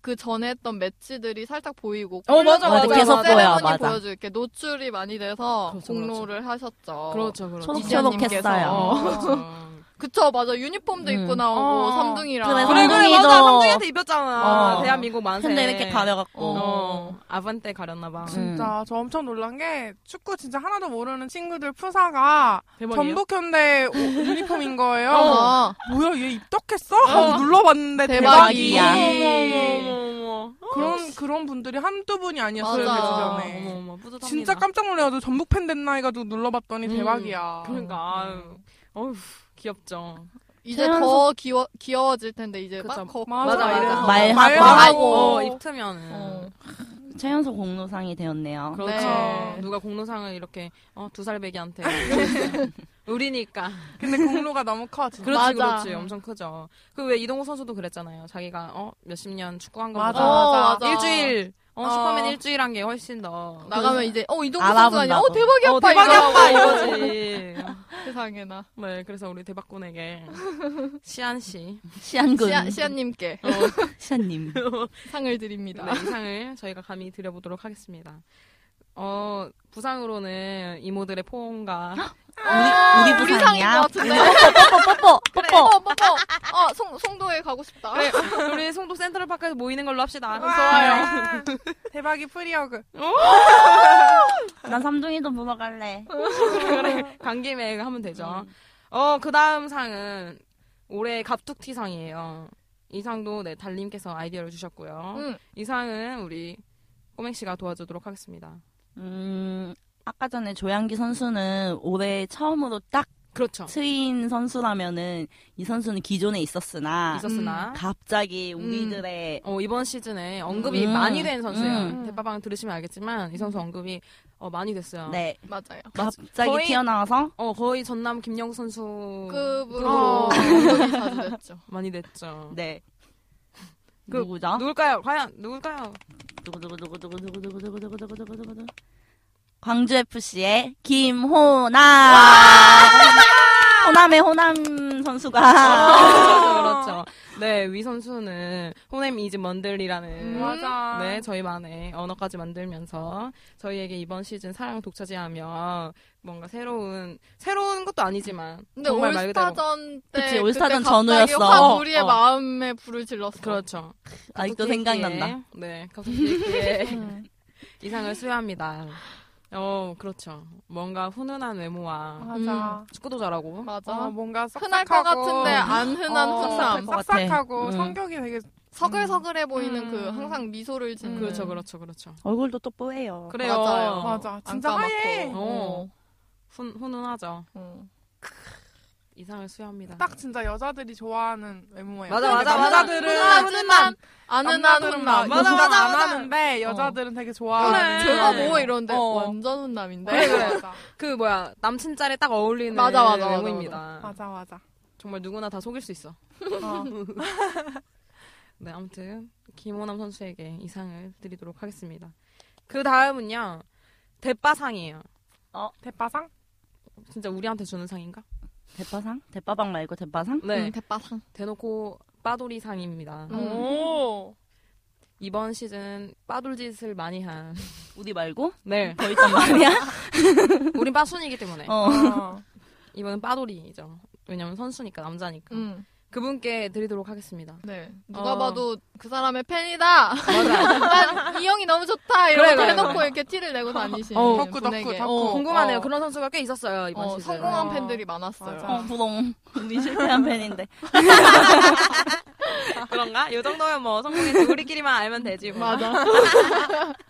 S5: 그 전에 했던 매치들이 살짝 보이고
S3: 어, 맞아,
S5: 콜라보가
S7: 맞아, 계속
S5: 세레머니
S7: 보여, 맞아.
S5: 보여주고 이렇게 노출이 많이 돼서
S3: 그렇죠,
S5: 공로를 하셨죠.
S3: 그렇죠, 그렇죠.
S5: 이지연
S7: 초록초록
S5: 님께서.
S7: 했어요.
S5: 어. [laughs]
S3: 그렇죠.
S5: 그쵸 맞아 유니폼도
S7: 음.
S5: 입고 나오고
S6: 어.
S5: 삼둥이랑
S3: [laughs]
S7: 그래,
S3: 그래 그래
S7: 삼둥이도-
S3: 맞아 삼둥이한테 입혔잖아
S7: 어.
S3: 대한민국 만세.
S7: 근데 이렇게 가려갖고.
S3: 어 아반떼 가렸나 봐.
S7: 음.
S6: 진짜 저 엄청 놀란 게 축구 진짜 하나도 모르는 친구들 푸사가
S3: 대박이에요.
S6: 전북현대 옷, 유니폼인 거예요.
S5: 어.
S6: 뭐야 얘 입덕했어? 하고 눌러봤는데 대박이.
S3: 예,
S5: 대박이야.
S3: 네.
S6: 어머, 어머, 어머, 어머. 그런 그런 분들이 한두 분이
S3: 그
S6: 아니었어요 내
S5: 맞아.
S6: 주변에.
S3: 어머 어머 뿌듯합니다.
S6: 진짜 깜짝 놀래가지고 전북 팬 됐나 해가지고 눌러봤더니
S3: 음.
S6: 대박이야.
S3: 그러니까 아유. 어휴 귀엽죠.
S5: 이제
S7: 태연수-
S5: 더 귀여 귀여워질 텐데 이제
S3: 그쵸.
S5: 막 거,
S6: 맞아,
S5: 맞아,
S3: 맞아.
S5: 맞아.
S7: 말하고.
S5: 말하고.
S3: 어, 입트면은
S5: 어.
S7: 최연소 공로상이 되었네요.
S3: 그렇죠.
S5: 네. 아,
S3: 누가 공로상을 이렇게 어, 두 살배기한테 [laughs] 우리니까
S6: 근데 공로가 너무 커 진짜.
S3: 그렇지
S5: 네. 맞아.
S3: 그렇지 엄청 크죠. 그 왜 이동호 선수도 그랬잖아요. 자기가 어 몇십 년 축구한
S6: 맞아,
S3: 것보다
S5: 어,
S6: 맞아.
S5: 맞아.
S3: 일주일 어,
S5: 어.
S3: 슈퍼맨 일주일한 게 훨씬 더
S5: 나가면 이제 어 이동국 선수
S7: 알아본다고.
S5: 아니야? 어 대박이
S3: 어,
S5: 아빠
S3: 대박이
S5: 이거.
S3: 아빠 이거지.
S5: 세상에 나.
S3: 네 그래서 우리 대박군에게 시안 씨
S7: 시안군.
S5: 시아 시아님께
S7: 시안님.
S5: 상을 드립니다.
S3: 네, 이상을 저희가 감히 드려보도록 하겠습니다. 어 부상으로는 이모들의 포옹과
S7: 우리, 아, 우리
S5: 우리 상인 것
S7: 부상이야.
S5: 같은데.
S7: [laughs] 뽀뽀뽀뽀. 뽀뽀.
S5: 뽀뽀 뽀뽀. 네. 어 송, 송도에 가고 싶다.
S3: 그래, 네,
S5: 아.
S3: [laughs] 우리 송도 센트럴 파크에서 모이는 걸로 합시다.
S6: 아, [laughs] 대박이 프리어그.
S7: 난 삼둥이도 보러 갈래.
S5: 아.
S3: 그래, 간 김에 하면 되죠.
S5: 음.
S3: 어, 그 다음 상은 올해 갑툭튀 상이에요. 이 상도 네, 달님께서 아이디어를 주셨고요.
S5: 응.
S3: 이 상은 우리 꼬맹씨가 도와주도록 하겠습니다.
S7: 음, 아까 전에 조양기 선수는 올해 처음으로 딱
S3: 그렇죠.
S7: 트인 선수라면은 이 선수는 기존에 있었으나
S3: 있었으나.
S7: 음. 갑자기 우리들의
S3: 어, 이번 시즌에 언급이
S7: 음.
S3: 많이 된 선수예요.
S7: 음.
S3: 대빠방 들으시면 알겠지만 이 선수 언급이 어, 많이 됐어요.
S7: 네
S5: 맞아요.
S7: 갑자기
S3: 거의-
S7: 튀어나와서
S3: 어, 거의 전남 김영수 선수 급으로
S5: 급으로 공격이 자주 됐죠.
S3: 많이 됐죠.
S7: 어. 네
S3: 그-
S7: 누구죠?
S3: 누굴까요? 과연 누굴까요?
S7: 누구 누구 누구 누구 누구 누구 누구 누구 누구 누구 누구 누구 광주 FC의 김호남 호남의 호남 선수가
S5: 아.
S3: 그렇죠, 그렇죠. 네, 위 선수는 호남 이즈 먼들이라는
S5: 음.
S6: 맞아.
S3: 네, 저희만의 언어까지 만들면서 저희에게 이번 시즌 사랑 독차지하며 뭔가 새로운 새로운 것도 아니지만
S5: 근데
S3: 정말 말 그대로
S5: 올스타전 때
S7: 그치, 올스타전
S5: 그때 갑자기
S7: 전후였어.
S5: 확 우리의
S3: 어.
S5: 마음에 불을 질렀어.
S3: 그렇죠.
S7: 아직도
S3: 갑툭튀의
S7: 생각난다.
S3: 기회, 네, 갑툭튀의
S5: [laughs]
S3: [laughs] 이상을 수여합니다. 어, 그렇죠. 뭔가 훈훈한 외모와
S6: 맞아.
S3: 축구도 잘하고
S5: 맞아.
S6: 어, 뭔가
S5: 흔할 것
S6: 썩삭하고,
S5: 같은데 안 흔한
S6: 어,
S5: 훈남.
S7: 것 같아.
S6: 싹싹하고
S7: 음.
S6: 성격이 되게
S5: 서글서글해 보이는 그
S6: 음.
S5: 항상 미소를 짓는.
S3: 그렇죠, 그렇죠, 그렇죠.
S7: 얼굴도 또 뽀해요.
S3: 그래요.
S5: 음. 맞아요.
S6: 맞아.
S5: 안
S6: 진짜
S5: 까맣고.
S6: 하얘.
S5: 어.
S3: 훈, 훈훈하죠.
S5: 어.
S3: 이상을 수여합니다.
S6: 딱 진짜 여자들이 좋아하는 외모예요.
S3: 맞아, 맞아, 맞아.
S6: 남자들은
S5: 하지만 아는 한
S6: 남자들은 막
S5: 훈남.
S6: 맞아 맞아 안
S3: 맞아.
S6: 하는데 여자들은 되게 좋아하는.
S3: 그래.
S5: 제가 뭐 이런데
S3: 어.
S5: 완전 훈남인데.
S3: 그래, 그래.
S6: 맞아
S3: 그 뭐야 남친 짤에 딱 어울리는
S5: 맞아, 맞아, 맞아,
S3: 외모입니다.
S6: 맞아 맞아.
S3: 정말 누구나 다 속일 수 있어.
S6: 어.
S3: 네 아무튼 김호남 선수에게 이상을 드리도록 하겠습니다. 그 다음은요 대빠상이에요.
S6: 대파상?
S3: 진짜 우리한테 주는 상인가?
S7: 대파상? 대파방 말고 대파상?
S3: 네
S5: 음, 대빠상.
S3: 대놓고 빠돌이 상입니다.
S5: 음.
S6: 오.
S3: 이번 시즌 빠돌 짓을 많이
S5: [laughs]
S3: 한.
S7: 우리 말고
S3: 네
S7: 더 [laughs] 있단 말이야.
S3: 우린 빠순이기 때문에
S7: 어.
S6: 어.
S3: 이번은 빠돌이죠. 왜냐면 선수니까 남자니까
S5: 음.
S3: 그분께 드리도록
S5: [laughs]
S3: 하겠습니다.
S5: 네. 누가
S3: 어.
S5: 봐도 그 사람의 팬이다.
S3: 맞아. [laughs]
S5: 난 이 형이 너무 좋다. 이러고
S3: 그래, 그래,
S5: 해놓고
S3: 그래.
S5: 이렇게 티를 내고 다니시는
S3: 어,
S6: 덕후, 덕후,
S5: 분에게.
S6: 덕후.
S5: 어,
S3: 궁금하네요.
S5: 어.
S3: 그런 선수가 꽤 있었어요 이번
S5: 어,
S3: 시즌.
S5: 성공한
S6: 어.
S5: 팬들이 많았어요.
S6: 맞아.
S7: 어, 부동. 우리 실패한 팬인데.
S3: [laughs] 그런가? 이 정도면 뭐 성공했지. 우리끼리만 알면 되지 뭐.
S5: 맞아.
S3: [laughs]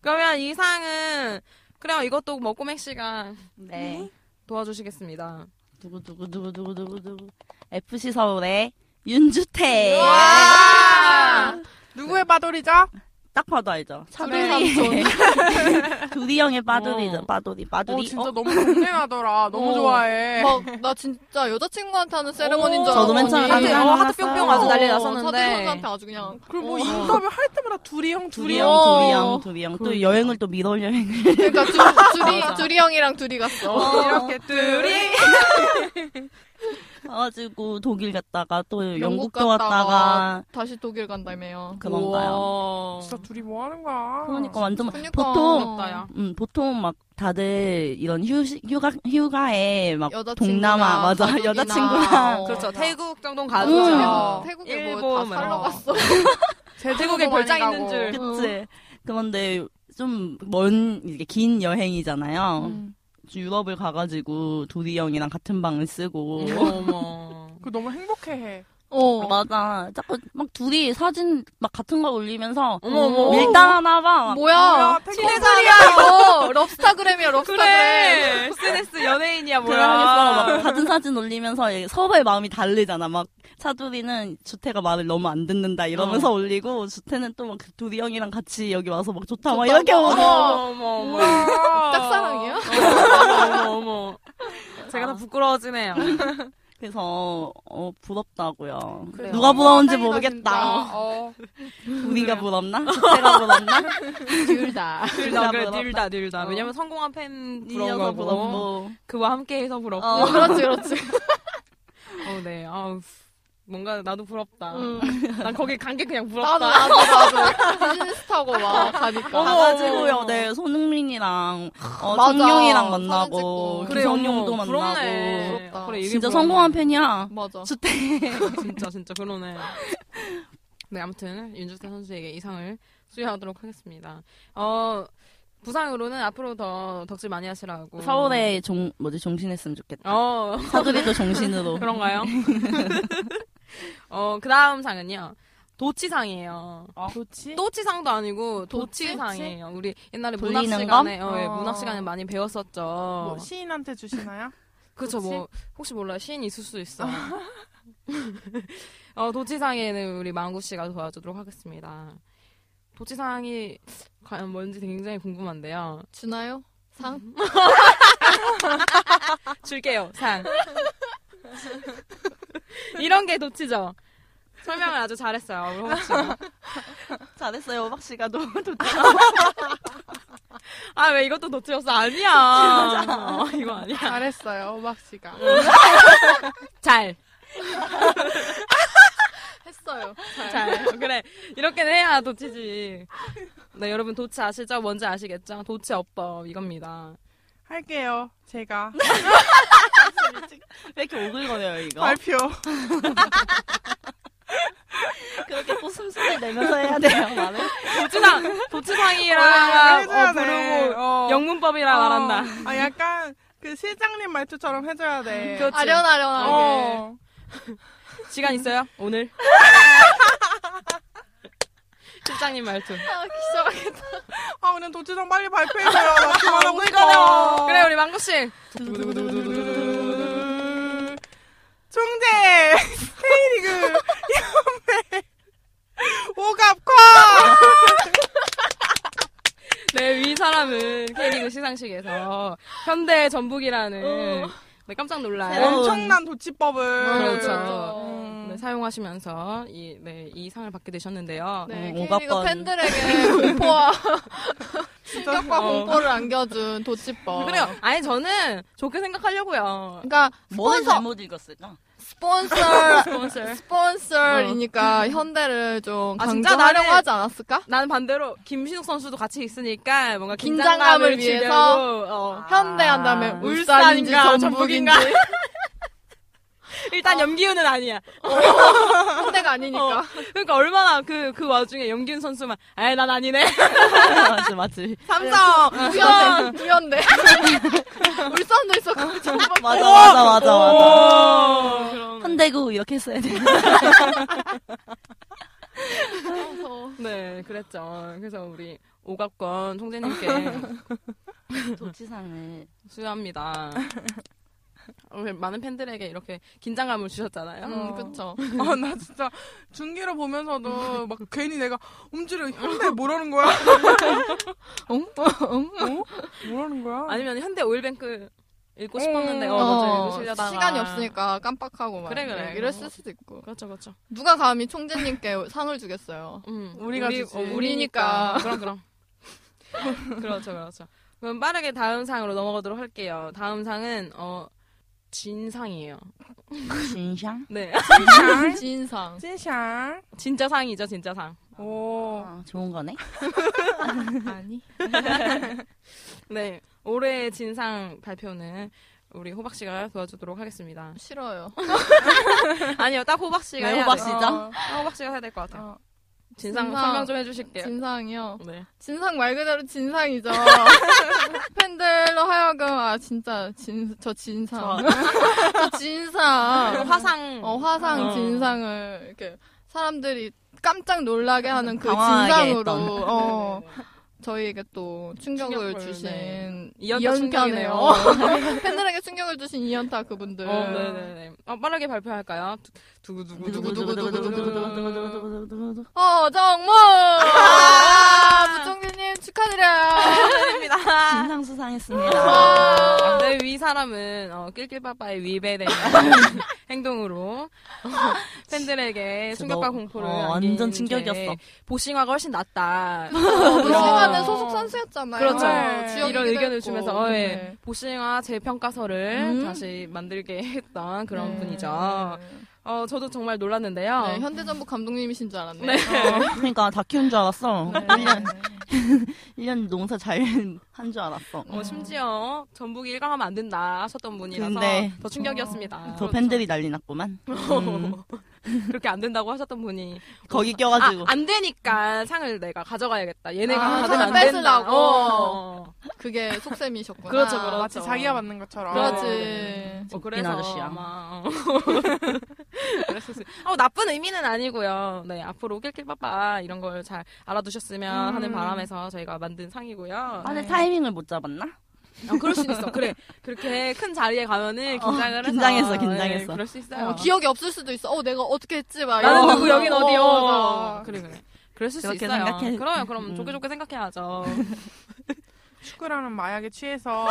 S3: 그러면 이 상은 그래요. 이것도 뭐 꼬맥 씨가
S7: 네.
S3: 도와주시겠습니다.
S7: 누구 누구 누구 누구 누구 누구 FC 서울의 윤주태.
S5: 아,
S6: 누구의 빠돌이죠?
S7: 딱 봐도 알죠.
S5: 둘의
S7: 차돌이.
S5: 삼촌.
S7: 둘이 형의 빠돌이죠.
S6: 어.
S7: 빠돌이.
S6: 어
S7: 빠돌이.
S6: 진짜 너무 동생하더라. 너무
S5: 어.
S6: 좋아해.
S5: 막, 나 진짜 여자친구한테 하는 세레머니인 줄
S7: 저도 맨 처음에
S5: 아, 알았더니
S7: 깜짝
S3: 하트, 어, 하트 뿅뿅 아주 난리
S5: 사대선한테
S3: 났었는데.
S5: 아주 그냥.
S6: 그리고 뭐
S5: 어.
S6: 인터뷰 할 때마다 둘이 형 둘이
S7: 둘이
S6: 형.
S7: 형, 둘이 형,
S5: 어.
S7: 둘이 형. 또 여행을 또 미러 여행을.
S5: 그러니까 두,
S3: [laughs]
S5: 둘이, 둘이 형이랑 둘이 갔어.
S6: 이렇게 둘이
S7: 가지고 독일 갔다가 또
S5: 영국
S7: 영국도
S5: 갔다가
S7: 왔다가
S5: 다시 독일 간다며요.
S7: 그런가요.
S6: 진짜 둘이 뭐 하는 거야?
S7: 그러니까 완전 막
S5: 그러니까.
S7: 보통
S3: 부럽다, 야.
S7: 음, 보통 막 다들 이런 휴 휴가 휴가에 막
S5: 여자친구나,
S7: 동남아 맞아
S5: 가족이나.
S7: 여자친구랑
S5: 어.
S3: 그렇죠. 태국 정도는
S5: 맞아. 음.
S3: 가죠. 어.
S5: 태국에
S3: 일본,
S5: 뭐다 살러
S3: 어.
S5: 갔어.
S3: 태국에 별장 있는 줄.
S7: 그치 그런데 좀 먼 이게 긴 여행이잖아요
S3: 음.
S5: 음.
S7: 유럽을 가가지고 도리 형이랑 같은 방을 쓰고
S3: 어머.
S6: 그 너무 행복해해.
S5: [laughs] 어.
S7: 어, 맞아 자꾸 막 둘이 사진 막 같은 거 올리면서
S3: 어머 어머.
S7: 밀당하나 봐 막.
S5: 뭐야? 친해자야 이거. [laughs] 럽스타그램이야 럽스타그램.
S3: 그래. SNS 연예인이야
S7: 그러면서 막
S3: 뭐야.
S7: 같은 사진 올리면서 이게 서로의 마음이 다르잖아. 막 차두리는 주태가 말을 너무 안 듣는다 이러면서
S3: 어.
S7: 올리고 주태는 또 막 두리 형이랑 같이 여기 와서 막 좋다 막
S5: 좋다,
S7: 이렇게
S3: 뭐.
S5: 막.
S7: 오고
S3: 어머 어머.
S6: 아,
S5: 짝사랑이야?
S3: 어머 어머. 제가 다 부끄러워지네요.
S7: 그래서 어 부럽다고요.
S3: 그래요. 아,
S7: 누가 부러운지
S6: 딸이다,
S7: 모르겠다.
S6: 진짜. 어.
S7: 우리가
S3: [laughs]
S7: 부럽나? 주태가 부럽나?
S5: 둘 다.
S3: 둘다 그래
S7: 부럽다.
S3: 둘다 둘다.
S7: 어.
S3: 그러니까 왜냐면 성공한 팬
S7: 이 녀석
S3: 부러운 거고.
S7: 부럽고.
S3: 그와 함께해서 부럽고.
S5: 어, 그렇지 그렇지.
S3: 어, 네. 아우, 뭔가 나도 부럽다.
S5: 음.
S3: [laughs] 난 거기 간 게 [laughs] 그냥 부럽다.
S5: 나도 나도 나도 비즈니스 타고 막 가니까.
S7: 가가지고요. 네 손흥민이랑 어,
S5: 맞아. 사진
S7: 정용이랑
S5: 찍고.
S7: 만나고
S3: 그래,
S7: 기성용도
S3: 어머,
S7: 만나고
S3: 부럽네.
S5: 부럽다.
S3: 그래, 이게
S7: 진짜
S3: 부럽네.
S7: 성공한 팬이야.
S5: 맞아.
S7: 주태
S3: [laughs] 진짜 진짜 그러네. 네, 아무튼 윤주태 선수에게 이상을 수여하도록 하겠습니다. 어, 부상으로는 앞으로 더 덕질 많이 하시라고.
S7: 서울에 종 뭐지 정신했으면 좋겠다.
S3: 어,
S7: 사드리도 정신으로.
S3: 그런가요? [laughs] 어, 그다음 상은요. 도치상이에요.
S6: 좋지.
S3: 또치상도 아니고
S5: 도치?
S3: 도치상이에요. 우리 옛날에 문학
S7: 돌리는 거?
S3: 시간에 어, 예,
S6: 어.
S3: 문학 시간에 많이 배웠었죠. 어.
S6: 뭐 시인한테 주시나요?
S3: 그렇죠. 뭐 혹시 몰라 시인 있을 수도 있어. [laughs] 어, 도치상에는 우리 망구 씨가 도와주도록 하겠습니다. 도치상이 과연 뭔지 굉장히 궁금한데요.
S5: 주나요? 상?
S3: 줄게요 상. [laughs] 이런 게 도치죠. 설명을 아주 잘했어요. 우리 혹시.
S7: 잘했어요, 오박 씨가 너무 좋다.
S3: 아왜 이것도 도치였어? 아니야. 어, 이거 아니야.
S6: 잘했어요, 오박 씨가.
S5: 음.
S3: 잘.
S5: 했어요.
S3: 잘 [laughs] 그래 이렇게는 해야 도치지. 네 여러분 도치 아시죠? 뭔지 아시겠죠? 도치어법 이겁니다.
S6: 할게요, 제가.
S7: 왜 이렇게 오글거려요, 이거?
S6: 발표.
S7: 그렇게 또 숨소리 내면서 해야 돼요, 말을.
S3: 도치상
S6: 아,
S3: 도치상이랑
S6: 해줘야
S3: 어,
S6: 돼.
S3: 부르고
S6: 어.
S3: 영문법이랑
S6: 어.
S3: 알았나?
S6: 아, 약간 그 실장님 말투처럼 해줘야 돼.
S3: 그렇지.
S5: 아련아련하게.
S6: 어.
S3: 시간 있어요? 오늘 [laughs] 실장님 말투.
S5: 아, 기절하겠다.
S6: 아, 오늘 도지성 빨리 발표해줘요. 나 그만하고 싶어.
S3: 그래 우리 망구 씨.
S6: 총재 K리그 연맹 오갑과
S3: 네 위 사람은 K리그 시상식에서 현대
S6: 어.
S3: 전북이라는 네, 깜짝 놀라요.
S6: 엄청난 도치법을
S3: 그렇죠.
S6: 음.
S3: 네, 사용하시면서 이, 네, 이 상을 받게 되셨는데요.
S5: 네,
S7: 음,
S5: K리그
S7: 오갑반.
S5: [laughs] 팬들에게 공포와 충격과
S6: 어.
S5: [laughs] 공포를 안겨준 도치법.
S3: 그래요. 어. 아니 저는 좋게 생각하려고요.
S5: 그러니까
S7: 뭘
S5: 스폰서
S7: 잘못 읽었을까?
S5: 스폰서
S3: 스폰서.
S5: 스폰서이니까 현대를 좀
S3: 아, 진짜
S5: 강조하려고
S3: 나는-
S5: 하지 않았을까?
S3: 나는 반대로 김신욱 선수도 같이 있으니까 뭔가 긴장감을,
S5: 긴장감을 위해서
S3: 주려고, 어.
S5: 현대 한 다음에
S7: 아.
S5: 아. 울산인지 전북인지
S3: [laughs] 일단 염기훈은 아니야.
S5: 현대가 아니니까 네.
S3: 어. 그러니까 얼마나 그 그 와중에 염기훈 선수만 아이 난 아니네.
S7: 맞지, 맞지.
S3: 삼성.
S5: 두현대 [laughs] 두현대 어. 울산도 있었고
S7: 맞아, 맞아, 맞아, 맞아.
S3: 어, 그럼.
S7: 현대구 기억했어야 돼.
S5: 그래서
S3: 네, 그랬죠. 그래서 우리 오갑권
S5: [laughs]
S3: 총재님께
S7: 도치상을.
S3: 수여합니다. 오늘 많은 팬들에게 이렇게 긴장감을 주셨잖아요.
S5: 음, 그쵸.
S6: 아, 나 진짜 중계를 보면서도 막 괜히 내가 움찔해. 현대 뭐라는 거야?
S5: 응? 응?
S6: 어? 뭐라는 거야?
S3: 아니면 현대 오일뱅크 읽고
S6: 어.
S3: 싶었는데 어, 맞아요.
S5: 어,
S3: 읽고 싶려다가
S5: 시간이 없으니까 깜빡하고 막
S3: 그래, 그래.
S5: 네, 이랬을 수도 있고
S3: 그렇죠, 그렇죠.
S5: 누가 감히 총재님께 상을 [laughs] 주겠어요
S3: 음,
S6: 우리가 주지.
S3: 우리니까. 그럼 [laughs] 그럼. 그렇죠, 그렇죠. 그럼 빠르게 다음 상으로 넘어가도록 할게요. 다음 상은 어 진상이에요.
S7: 진상?
S3: 네,
S5: 지인상
S6: 찐샹.
S3: [laughs] 진짜 상이죠, 진짜 상. [laughs]
S6: 오.
S7: 아, 좋은 거네.
S5: 아니
S3: 네, 올해의 진상 발표는 우리 호박 씨가 도와주도록 하겠습니다.
S5: 싫어요
S3: 아니요, 그렇죠, 딱 호박 씨가
S7: 왜
S3: 해야
S7: 호박
S3: 돼요.
S7: 씨죠?
S6: 어.
S3: 딱
S6: 아,
S3: 호박 씨가 해야 될 것 같아요.
S5: 어,
S3: 진상
S5: 진상.
S3: 설명 좀 해주실게요.
S5: 진상이요
S3: 네.
S5: 진상 말 그대로
S3: [laughs]
S5: 진상이죠 팬들로 하여금 아 진짜 진, 저 진상 [laughs] 저 진상
S3: 화상.
S5: 어, 화상
S3: 음. 어.
S5: 진상을 이렇게 사람들이 깜짝 놀라게 하는 그
S7: 당황하게
S5: 진상으로
S7: 했던.
S5: 어, 저희에게 또 충격을
S3: 네, 충격을,
S5: 주신
S3: 네. 이연타 충격이네요.
S5: 이연타네요. [laughs] 팬들에게 충격을 주신 이연타 그분들.
S3: 어, 네네네. 어, 빠르게 발표할까요? 두구 두구 두구 두구 두구 두구
S7: 두구두구두구두구두구두구두구두구두구.
S5: 어, 정모! 아, 부총리님 축하드려요.
S3: 두구입니다.
S7: 진상 수상했습니다.
S3: [laughs]
S5: 와.
S3: 내위 사람은 어, 낄낄빠빠의 위배되는 [laughs] 행동으로 [laughs] 팬들에게 충격과
S7: 너-
S3: 공포를
S7: 어,
S3: 안긴
S7: 완전
S3: 죄.
S7: 충격이었어.
S3: 보싱화가 훨씬 낫다.
S5: 그
S3: 야.
S5: 시간에 소속 선수였잖아요.
S3: 그렇죠.
S5: 네. 주역이기도
S3: 이런 의견을
S5: 했고.
S3: 주면서 어, 예.
S5: 네.
S3: 보싱화 재평가서를
S5: 음.
S3: 다시 만들게 했던 그런
S5: 네.
S3: 분이죠. 어, 저도 정말 놀랐는데요.
S5: 네, 현대전북 감독님이신 줄 알았네.
S3: 네.
S7: 그러니까 다 키운 줄 알았어.
S5: 네.
S7: 1년, 1년 농사 잘 한 줄 알았어.
S3: 어, 심지어 전북이 1강하면 안 된다 하셨던 분이라서
S7: 근데
S3: 더 충격이었습니다.
S7: 네. 더 팬들이 난리 났구만. 음.
S3: [laughs] 그렇게 안 된다고 하셨던 분이
S7: 거기
S3: 아,
S7: 껴가지고.
S3: 안 되니까 상을 내가 가져가야겠다. 얘네가
S5: 아,
S3: 받으면 안
S5: 상을
S3: 된다.
S5: 뺏으려고.
S3: 어.
S5: 그게 속셈이셨구나.
S3: 그렇죠, 그렇죠.
S6: 아, 마치 자기가 받는 것처럼.
S3: 그렇지.
S5: 그렇지.
S3: 어, 그래서
S7: 아저씨야.
S3: 아마 어. [laughs] 그랬을 수- 어, 나쁜 의미는 아니고요. 네 앞으로 낄낄빠빠 이런 걸 잘 알아두셨으면
S6: 음.
S3: 하는 바람에서 저희가 만든 상이고요.
S7: 아, 근 타이밍을 못 잡았나?
S3: 어, 그럴 수 있어. [laughs] 그래 그렇게 큰 자리에 가면은 긴장을 해서
S7: 긴장했어,
S3: 네,
S7: 긴장했어.
S3: 그럴 수 있어요.
S5: 어, 기억이 없을 수도 있어. 어, 내가 어떻게 했지? 막
S3: 나는
S5: 이러면서.
S3: 누구 여긴 어디요?
S5: 어, 맞아.
S3: 그래 그래. 그랬을 수
S7: 그렇게
S3: 있어요.
S7: 생각해.
S3: 그럼 그럼
S7: 음.
S3: 좋게 좋게 생각해야죠.
S6: 축구라는 마약에
S3: [laughs]
S6: 취해서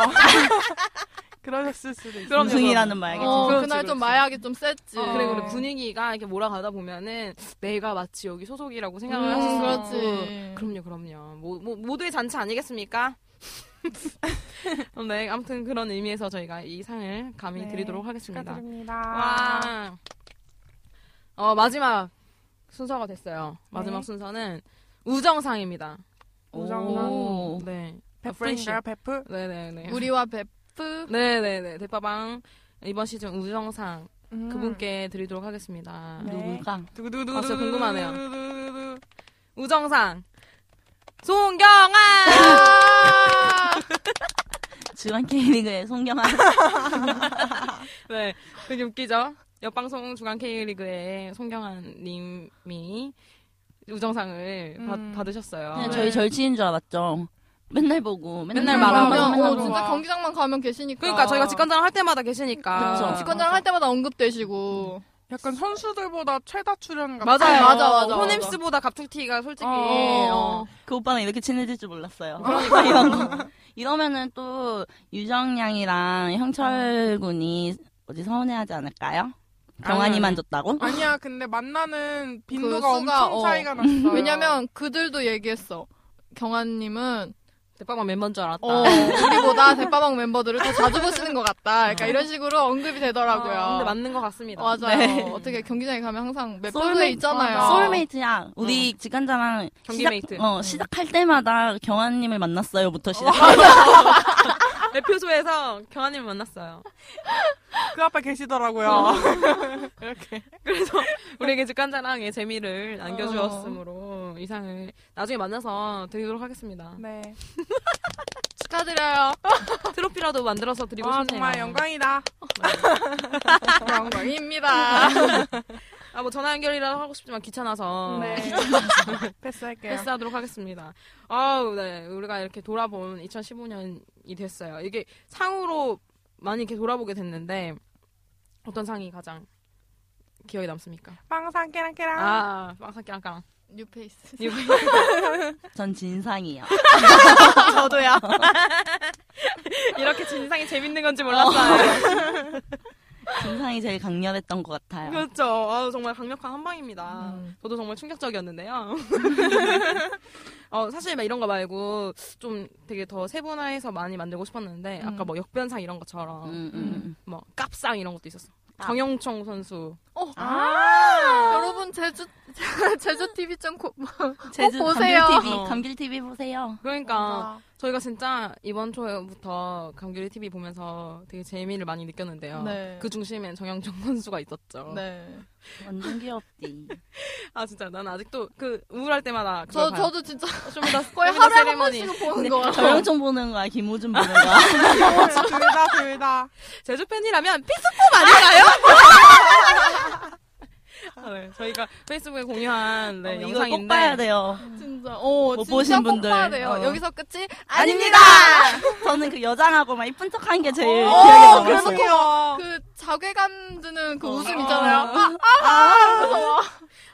S6: 그러셨을 수도 있어.
S3: 그럼요,
S7: 우승이라는 말겠지
S5: 어,
S3: 그렇지,
S5: 그날
S3: 그렇지.
S5: 좀 마약이 좀 셌지.
S3: 어. 그래 그래 분위기가 이렇게 몰아가다 보면은 내가 마치 여기 소속이라고 생각을
S5: 음,
S3: 하실 수
S5: 그렇지. 음.
S3: 있고. 그럼요 그럼요. 모, 모, 모두의 잔치 아니겠습니까? 네 아무튼 그런 의미에서 저희가 이 상을 감히
S6: 네,
S3: 드리도록 하겠습니다.
S6: 축하드립니다.
S3: 와. 어 마지막 순서가 됐어요. 마지막
S6: 네.
S3: 순서는 우정상입니다.
S6: 우정상.
S3: 네.
S6: 베프인가요? 베프?
S3: 네네네.
S5: 우리와 베프.
S3: 네네네 대파방 이번 시즌 우정상
S6: 음.
S3: 그분께 드리도록 하겠습니다.
S6: 네.
S7: 누군가.
S6: 두구두구두구.
S3: 아, 진짜 궁금하네요.
S6: 두구두구두구.
S3: 우정상 송경아
S7: 주간 K리그의 송경아.
S3: 네 되게 웃기죠. 옆방송 주간 K리그의 송경환 님이 우정상을
S6: 음.
S3: 받, 받으셨어요.
S7: 그냥 저희 절친인 줄 알았죠. 맨날 보고, 맨날
S3: 네. 아, 맨날
S7: 말하고,
S3: 말하고.
S7: 맨날
S5: 어,
S7: 보고.
S5: 진짜
S6: 와.
S5: 경기장만 가면 계시니까.
S3: 그러니까 저희가 직관장을 할 때마다 계시니까
S7: 그쵸.
S5: 직관장 할 때마다 언급되시고.
S6: 약간 선수들보다 최다 출연 같은.
S3: 맞아요.
S5: 맞아, 맞아,
S3: 호nem스보다 갑툭튀가 솔직히
S6: 어.
S3: 어.
S7: 그 오빠랑 이렇게 친해질 줄 몰랐어요.
S3: 아.
S7: 그러니까 [laughs] 이런 거. 이러면은 또 유정양이랑 형철 군이 어디 서운해하지 않을까요? 경환이만
S3: 아. 아니.
S7: 줬다고?
S6: 아니야, 근데 만나는 빈도가
S5: 그 수가,
S6: 엄청
S5: 어.
S6: 차이가 났어요.
S5: 왜냐면 그들도 얘기했어. 경아님은
S3: 대파방 멤버인 줄 알았다.
S5: 어, 우리보다 대빠방 멤버들을 더 자주 보시는 것 같다. 그러니까 이런 식으로 언급이 되더라고요.
S3: 아, 근데 맞는 것 같습니다.
S5: 맞아요.
S7: 네.
S5: 어떻게 경기장에 가면 항상 맵소에
S7: 소울메이트.
S5: 있잖아요.
S7: 소울메이트야. 우리 직관자랑
S3: 네. 어. 경기메이트. 음.
S7: 시작, 어, 시작할 때마다 경환님을 만났어요부터 시작.
S3: 대표소에서 경아님 만났어요.
S6: 그 앞에 계시더라고요.
S3: 이렇게. [laughs] 그래서 우리에게 직관자랑의 재미를
S6: 어.
S3: 안겨주었으므로 이상을 나중에 만나서 드리도록 하겠습니다.
S6: 네.
S5: 축하드려요.
S3: 트로피 혹시라도 만들어서 드리고
S6: 아,
S3: 싶네요.
S6: [laughs] 정말 영광이다.
S5: 영광입니다.
S3: 아뭐 전화 연결이라도 하고 싶지만 귀찮아서
S6: 네. 패스할게요.
S3: 패스하도록 하겠습니다. 아우 네 우리가 이렇게 돌아본 2015년이 됐어요. 이게 상으로 많이 이렇게 돌아보게 됐는데 어떤 상이 가장 기억에 남습니까?
S6: 빵상 깨랑깨랑.
S3: 아 빵상깨랑까랑
S5: 뉴페이스.
S7: 전 진상이요.
S3: 저도요. 이렇게 진상이 재밌는 건지 몰랐어요.
S7: 진상이 제일 강렬했던 것 같아요.
S3: 그렇죠. 아우, 정말 강력한 한방입니다.
S5: 음.
S3: 저도 정말 충격적이었는데요. [laughs] 어, 사실 막 이런 거 말고 좀 되게 더 세분화해서 많이 만들고 싶었는데
S5: 음.
S3: 아까 뭐 역변상 이런 것처럼
S7: 음, 음.
S3: 뭐 깝상 이런 것도 있었어.
S5: 아.
S3: 정영청 선수.
S5: 어.
S7: 아.
S3: 아,
S5: 여러분 제주 [laughs] 제주 TV 좀 고,
S7: 제주
S5: 보세요.
S7: 감귤TV,
S3: 어.
S7: 감귤TV 보세요.
S3: 그러니까 저희가 진짜 이번 초부터 감귤이 TV 보면서 되게 재미를 많이 느꼈는데요.
S5: 네.
S3: 그 중심엔 정영청 선수가 있었죠.
S5: 네.
S7: 완전 귀엽디.
S3: 아 진짜 난 아직도 그 우울할 때마다 그걸
S5: 저
S3: 봐요.
S5: 저도 진짜
S3: 좀 이따
S5: 거의
S3: 좀 이따
S5: 하루에 한
S3: 세리머니.
S5: 번씩은
S7: 네.
S5: 보는
S7: 어.
S5: 거 같아요.
S7: 조영총 보는 거야, 김호준 보는 거야.
S6: 둘다 둘 다.
S3: 제주 팬이라면 피스폼 아닌가요? [laughs] 아, 네. 저희가 페이스북에 공유한 네,
S7: 어, 이거
S3: 영상인데
S7: 꼭 봐야 돼요.
S5: 진짜. 어,
S7: 못
S5: 진짜
S7: 보신
S5: 꼭
S7: 분들.
S5: 봐야 돼요.
S7: 어.
S5: 여기서 끝이
S7: 아닙니다! 저는 그 여장하고 막 이쁜 척 한 게 제일
S6: 어,
S7: 기억에
S6: 그래서
S5: [laughs]
S7: 남았어요.
S6: 귀여워.
S5: 그 자괴감 드는 그
S3: 어.
S5: 웃음 있잖아요. 아,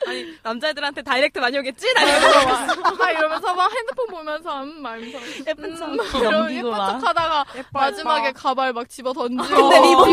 S3: 아니 남자애들한테 다이렉트 많이 오겠지? 나
S5: 이러면서 막, 막 아, 이러면서 막 핸드폰 보면서 음, 막 이러면서
S7: 예쁜 척
S5: 이런
S7: 넘기고
S5: 예쁜
S7: 막.
S5: 척하다가
S6: 예뻐,
S5: 마지막에
S6: 예뻐.
S5: 가발 막 집어 던지고
S3: 아,
S7: 근데 네, 리본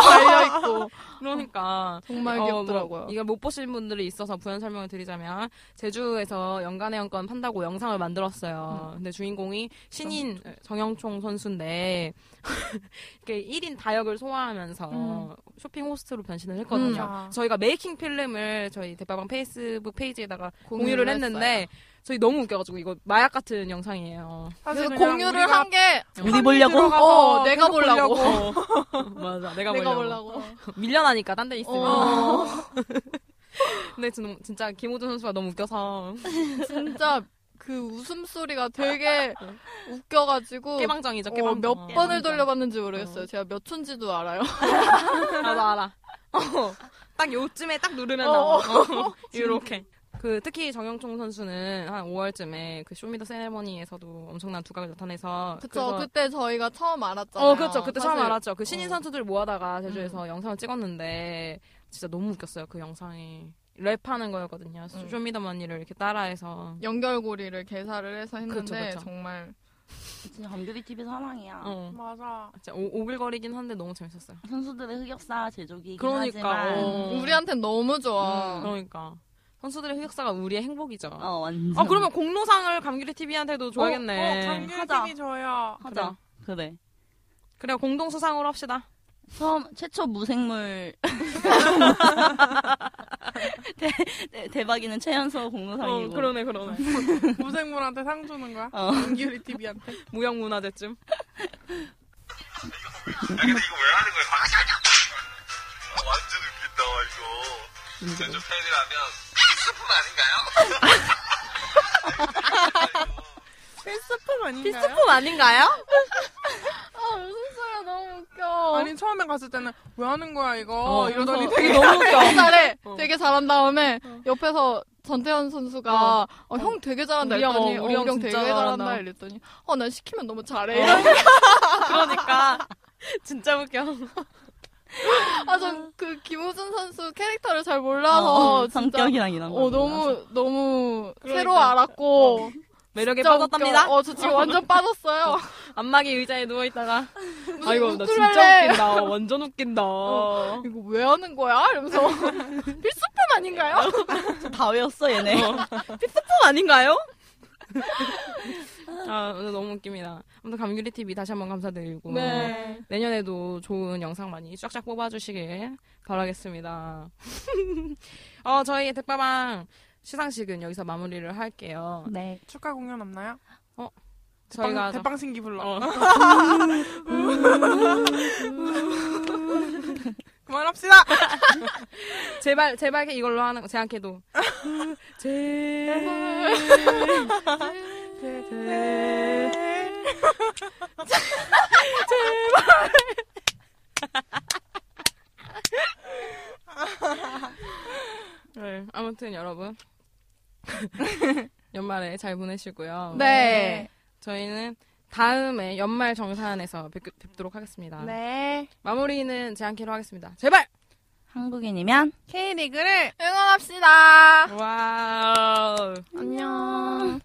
S5: [laughs] 달려 있고
S3: 그러니까
S5: 정말
S3: 어,
S5: 귀엽더라고요.
S3: 뭐, 이걸 못 보신 분들이 있어서 부연 설명을 드리자면 제주에서 연간의 연권 판다고 영상을 만들었어요. 근데 주인공이 신인 네, 정영총 선수인데 [laughs] 이렇게 1인 다역을 소화하면서
S5: 음.
S3: 쇼핑 호스트로 변신을 했거든요.
S6: 음.
S3: 저희가 메이킹 필름을 저희 대빠방 페이스북 페이지에다가 공유를
S5: 공유를
S3: 했는데 저희 너무 웃겨가지고 이거 마약 같은 영상이에요.
S5: 그래서
S6: 사실 그냥
S5: 공유를
S6: 우리가
S5: 한 게
S7: 우리 보려고?
S6: 들어가서
S5: 어, 내가
S6: 계속
S5: 보려고.
S3: [laughs]
S5: [laughs]
S3: 맞아, 내가
S5: 내가
S3: 보려고.
S5: 보려고.
S3: 밀려나니까 딴 데 있으면.
S5: 어,
S3: 근데 진- 진짜 김호준 선수가 너무 웃겨서
S5: 진짜 그 웃음 소리가 되게 웃겨가지고
S3: 깨방정이죠.
S5: 어,
S3: 깨방정.
S5: 몇 번을 돌려봤는지 모르겠어요. 제가 몇 촌지도 알아요.
S3: 나도 알아. 어, 딱 요쯤에 딱 누르면
S5: 어,
S3: 나와. [laughs] 어, 이렇게. 그 특히 정영총 선수는 한 5월쯤에 그 쇼미더 세레머니에서도 엄청난 두각을 나타내서
S5: 그쵸.
S3: 그래서-
S5: 그때 저희가 처음 알았잖아요.
S3: 어, 그렇죠. 그때 처음
S5: 사실
S3: 알았죠. 그 신인
S5: 어.
S3: 선수들 모아다가 제주에서 영상을 찍었는데 진짜 너무 웃겼어요. 그 영상이 랩하는 거였거든요.
S5: 음.
S3: 쇼미더머니를 이렇게 따라해서
S5: 연결고리를 개사를 해서 했는데
S3: 그렇죠, 그쵸, 그쵸.
S5: 정말
S7: 진짜 감귤TV 사랑이야.
S3: 어.
S6: 맞아.
S3: 진짜 오, 오글거리긴 한데 너무 재밌었어요.
S7: 선수들의 흑역사 제조기이긴
S3: 그러니까,
S7: 하지만
S3: 어.
S5: 우리한테 너무 좋아.
S3: 그러니까 선수들의 흑역사가 우리의 행복이죠.
S7: 어, 완전.
S3: 아 그러면 공로상을 감귤이 TV한테도 줘야겠네.
S6: 어, 감귤TV
S7: 하자.
S6: 줘요.
S7: 하자. 그래.
S3: 그래 공동 수상으로 합시다.
S7: 처음 최초 무생물 대, 대, 대박이는 최연소
S3: 어,
S7: 공로상이고
S3: 그러네 그러네.
S6: 무생물한테 상 주는 거야.
S7: 어.
S6: 감귤이 TV한테.
S3: [laughs] 무형문화재쯤.
S9: 이거 왜 하는 거야? 아, 완전 웃긴다, 이거. 제주 팬이라면 스푼 아닌가요? [laughs]
S6: 필수품 아닌가요?
S3: 아닌가요?
S5: 아, 무슨 소리야. 너무 웃겨. [laughs]
S6: 아니 처음에 갔을 때는 왜 하는 거야 이거
S3: 어,
S6: 이러더니
S3: 그래서-
S6: 되게
S3: 너무 웃겨.
S5: 잘해.
S3: 어.
S5: 되게 잘한 다음에 옆에서 전태현 선수가 어, 형 되게 잘한다
S3: 우리 형,
S5: 이랬더니
S3: 어,
S5: 어,
S3: 우리
S5: 우리
S3: 형
S5: 형 되게
S3: 진짜
S5: 잘한다
S3: 잘한다. 어.
S5: 이랬더니 어 난 시키면 너무 잘해. 이러니까
S3: 그러니까 [laughs] 진짜 웃겨.
S5: 아, 전그 김호준 선수 캐릭터를 잘 몰라서
S7: 어,
S5: 진짜
S7: 성격이랑 이런 거
S5: 어 너무 너무
S3: 그러니까.
S5: 새로 알았고
S3: 매력에
S5: 진짜
S3: 어. 빠졌답니다.
S5: 웃겨. 어, 저 지금
S3: [laughs]
S5: 완전 빠졌어요.
S3: 안마기 의자에 누워 있다가 아이고 나 진짜
S5: 우쿨렐레.
S3: 웃긴다. 완전 웃긴다. 어.
S5: 이거 왜 하는 거야?
S3: [laughs]
S5: 이러면서 필수품
S3: 어.
S5: 아닌가요?
S7: 다 외웠어
S3: [laughs]
S7: 얘네
S3: 품 아닌가요? 아 오늘 너무 웃깁니다. 아무튼 감귤이 TV 다시 한번 감사드리고 내년에도 좋은 영상 많이 쫙쫙 뽑아주시길 바라겠습니다. [laughs] 어, 저희 대빠방 시상식은 여기서 마무리를 할게요.
S7: 네
S6: [laughs] 축하 공연 없나요?
S3: 저희가
S6: 대빵, 대빵 신기 불러.
S3: 어,
S6: 그만합시다.
S3: 제발 제발 이걸로 하는 제 않게도
S5: [laughs]
S3: 제발
S6: 네.
S3: 네, 아무튼 여러분 연말에 잘 보내시고요.
S5: 네.
S3: 저희는 다음에 연말 정산에서 뵙, 뵙도록 하겠습니다.
S5: 네.
S3: 마무리는 제 않기로 하겠습니다. 제발.
S7: 한국인이면
S5: K리그를 응원합시다.
S3: 와우.
S5: 안녕.